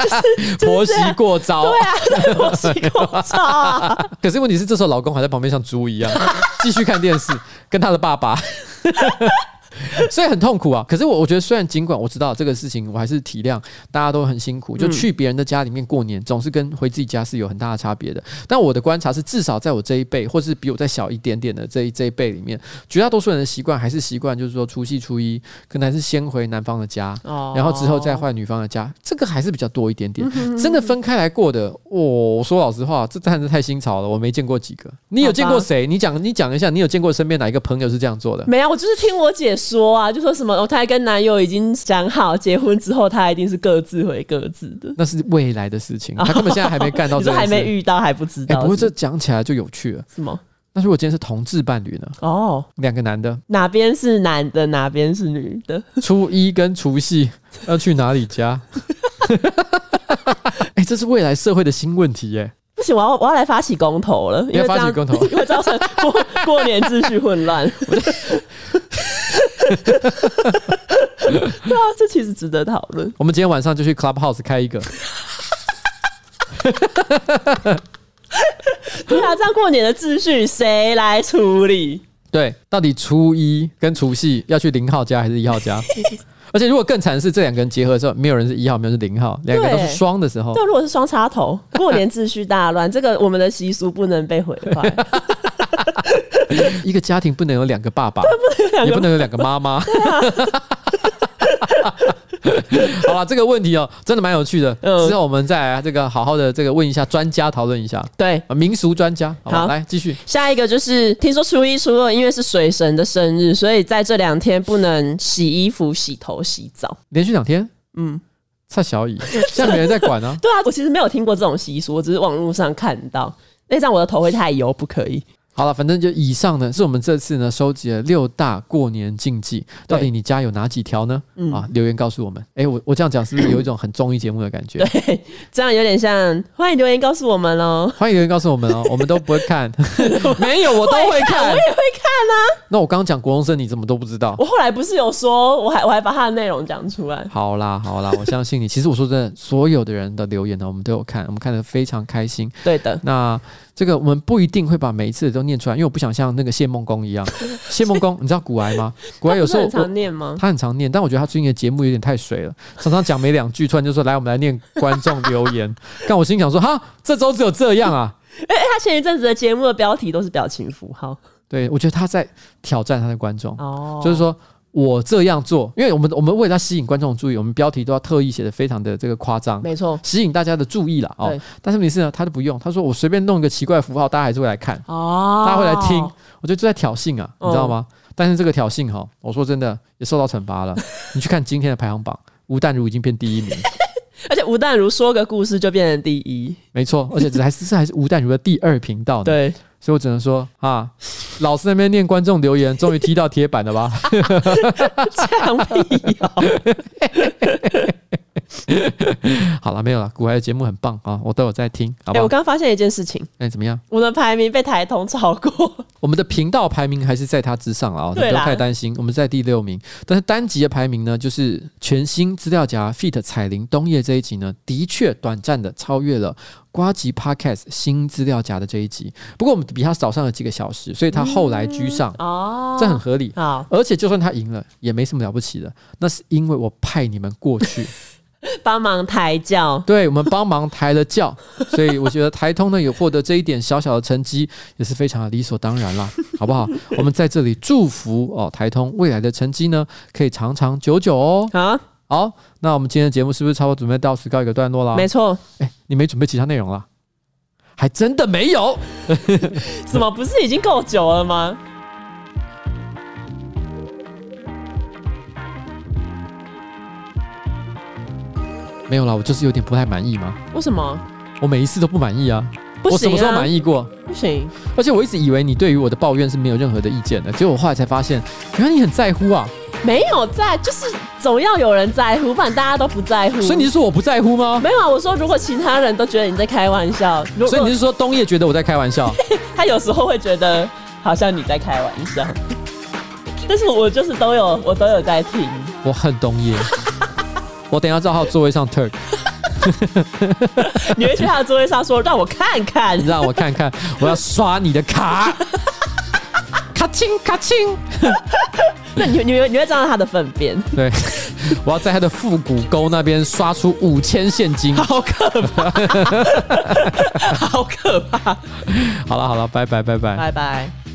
S1: 婆媳过招。
S2: 对啊，那婆媳口罩啊，
S1: 可是问题是，这时候老公还在旁边像猪一样 继续看电视，跟他的爸爸， 所以很痛苦啊。可是我我觉得，虽然尽管我知道这个事情，我还是体谅大家都很辛苦。就去别人的家里面过年，总是跟回自己家是有很大的差别的。但我的观察是，至少在我这一辈，或是比我再小一点点的这一这一辈里面，绝大多数人的习惯还是习惯，就是说除夕初一可能还是先回男方的家，
S2: 哦嗯
S1: 然后之后再换女方的家，这个还是比较多一点点。真的分开来过的，我、我说老实话，这真的是太新潮了，我没见过几个。你有见过谁？你讲，你讲一下，你有见过身边哪一个朋友是这样做的？
S2: 没啊有，我就是听我姐说啊，就说什么哦，她还跟男友已经讲好，结婚之后她一定是各自回各自的。
S1: 那是未来的 事情，他根本现在还没干到
S2: 你
S1: 这
S2: 说
S1: 件
S2: 还
S1: 事。
S2: 没遇到还不知
S1: 哎、
S2: 道，
S1: 不过这讲起来就有趣了。
S2: 什么？
S1: 那如果今天是同志伴侣呢？
S2: 哦，
S1: 两个男的，
S2: 哪边是男的，哪边是女的？
S1: 初一跟除夕要去哪里 家？哎、这是未来社会的新问题耶、
S2: 不行，我要我要来发起公投了，因为
S1: 要发起
S2: 这样
S1: 公投
S2: 因为造成 过过年秩序混乱。对啊，这其实值得讨论。
S1: 我们今天晚上就去 Clubhouse 开一个，
S2: 对啊，这样过年的秩序谁来处理？
S1: 对，到底初一跟除夕要去零号家还是一号 家？而且如果更惨的是，这两个人结合之后，没有人是一号，没有人是零号，两个人都是双的时候
S2: 对，，如果是双插头，过年秩序大乱，这个我们的习俗不能被毁 坏。
S1: 一个家庭不能有两个爸 爸，也不能有两个妈妈。 好了，这个问题哦、真的蛮有趣的。
S2: 嗯
S1: 之后我们再来这个好好的这个问一下专家，讨论一下
S2: 对，
S1: 啊民俗专家。好吧，
S2: 好
S1: 来继续。
S2: 下一个就是听说初一、初二因为是水神的生日，所以在这两天不能洗衣服、洗头、洗澡。
S1: 连续两天，
S2: 嗯，
S1: 蔡小乙，现在没人在管啊。
S2: 对啊，我其实没有听过这种习俗，我只是网络上看到。那张我的头会太油，不可以。
S1: 好了，反正就以上呢，是我们这次呢收集了六大过年禁忌，到底你家有哪几条呢？
S2: 嗯
S1: 啊，留言告诉我们。哎、我我这样讲是 不是有一种很综艺节目的感觉？
S2: 对，这样有点像。欢迎留言告诉我们喽。
S1: 欢迎留言告诉我们哦，我们都不会 看， 没有我都会看。
S2: 也会看啊。
S1: 那我刚刚讲国中生，你怎么都不知道？
S2: 我后来不是有说，我还我还把它的内容讲出来。
S1: 好啦好啦，我相信你。其实我说真的，所有的人的留言呢，我们都有看，我们看得非常开心。
S2: 对的，
S1: 那这个我们不一定会把每一次都念出来，因为我不想像那个谢梦公 一样。谢梦公，你知道古癌吗？古癌有时候
S2: 他不是很
S1: 我
S2: 常念吗？
S1: 他很常念，但我觉得他最近的节目有点太水了，常常讲没两句，突然就说来，我们来念观众留言。 但我心想说，哈，这周只有这样啊？
S2: 哎、他前一阵子的节目的标题都是表情符号
S1: 对，我觉得他在挑战他的观众，
S2: 哦
S1: 就是说。我这样做，因为我们我们为了要吸引观众的注意，我们标题都要特意写的非常的这个夸张，
S2: 没错，
S1: 吸引大家的注意啦。哦
S2: 对。
S1: 但是问题是呢，他就不用，他说我随便弄一个奇怪的符号，大家还是会来看，
S2: 哦，
S1: 大家会来听。我觉得就在挑衅啊，你知道
S2: 嗯
S1: 吗？但是这个挑衅哈，我说真的也受到惩罚了。你去看今天的排行榜，吴淡如已经变第一名，
S2: 而且吴淡如说个故事就变成第一，
S1: 没错，而且这还是这 还是吴淡如的第二频道呢。
S2: 对，
S1: 所以我只能说啊，老师那边念观众留言，终于踢到铁板了吧？
S2: 强屁 哦，
S1: 好了，没有了，古海的节目很棒啊，我都有在听，好
S2: 哎、
S1: 不好
S2: 我？刚发现一件事情，
S1: 那、你怎么样？
S2: 我的排名被台通超过，
S1: 我们的频道排名还是在它之上了啊，你不
S2: 对
S1: 要
S2: 啦
S1: 太担心，我们在第六名。但是单集的排名呢，就是全新资料夹 feat 彩铃冬叶这一集呢，的确短暂的超越了瓜吉 podcast 新资料夹的这一集，不过我们比他早上了几个小时，所以他后来居上，
S2: 哦，
S1: 这很合理。
S2: 好，
S1: 而且就算他赢了，也没什么了不起的，那是因为我派你们过去。
S2: 帮忙抬轿，
S1: 对我们帮忙抬了轿，所以我觉得台通呢有获得这一点小小的成绩，也是非常的理所当然啦， 好不好？我们在这里祝福哦，台通未来的成绩呢可以长长久久哦。
S2: 好，
S1: 好，那我们今天的节目是不是差不多准备到此告一个段落啦？
S2: 没错，
S1: 哎，你没准备其他内容啦？还真的没有。
S2: 怎么不是已经够久了吗？
S1: 没有啦，我就是有点不太满意嘛，
S2: 为什么？
S1: 我每一次都不满意啊，
S2: 不行、啊，
S1: 我什么时候满意过？
S2: 不行，
S1: 而且我一直以为你对于我的抱怨是没有任何的意见的，结果我后来才发现，原来你很在乎啊。
S2: 没有在，就是总要有人在乎，不然大家都不在乎。
S1: 所以你是说我不在乎 吗？
S2: 没有啊？我说，如果其他人都觉得你在开玩笑，如果
S1: 所以你是说冬叶觉得我在开玩笑？
S2: 他有时候会觉得好像你在开玩笑，但是我就是都有，我都有在听。
S1: 我恨冬叶。 我等一下照他座位上 turk，
S2: 你会去他的座位上说：“让我看看。
S1: 让我看看，我要刷你的卡， 咔清咔清。”
S2: 那你你会你会沾到他的粪便，
S1: 对，我要在他的腹股沟那边刷出五千现金。
S2: 好可怕，好可怕！
S1: 好了好了，拜拜拜拜。
S2: 拜拜。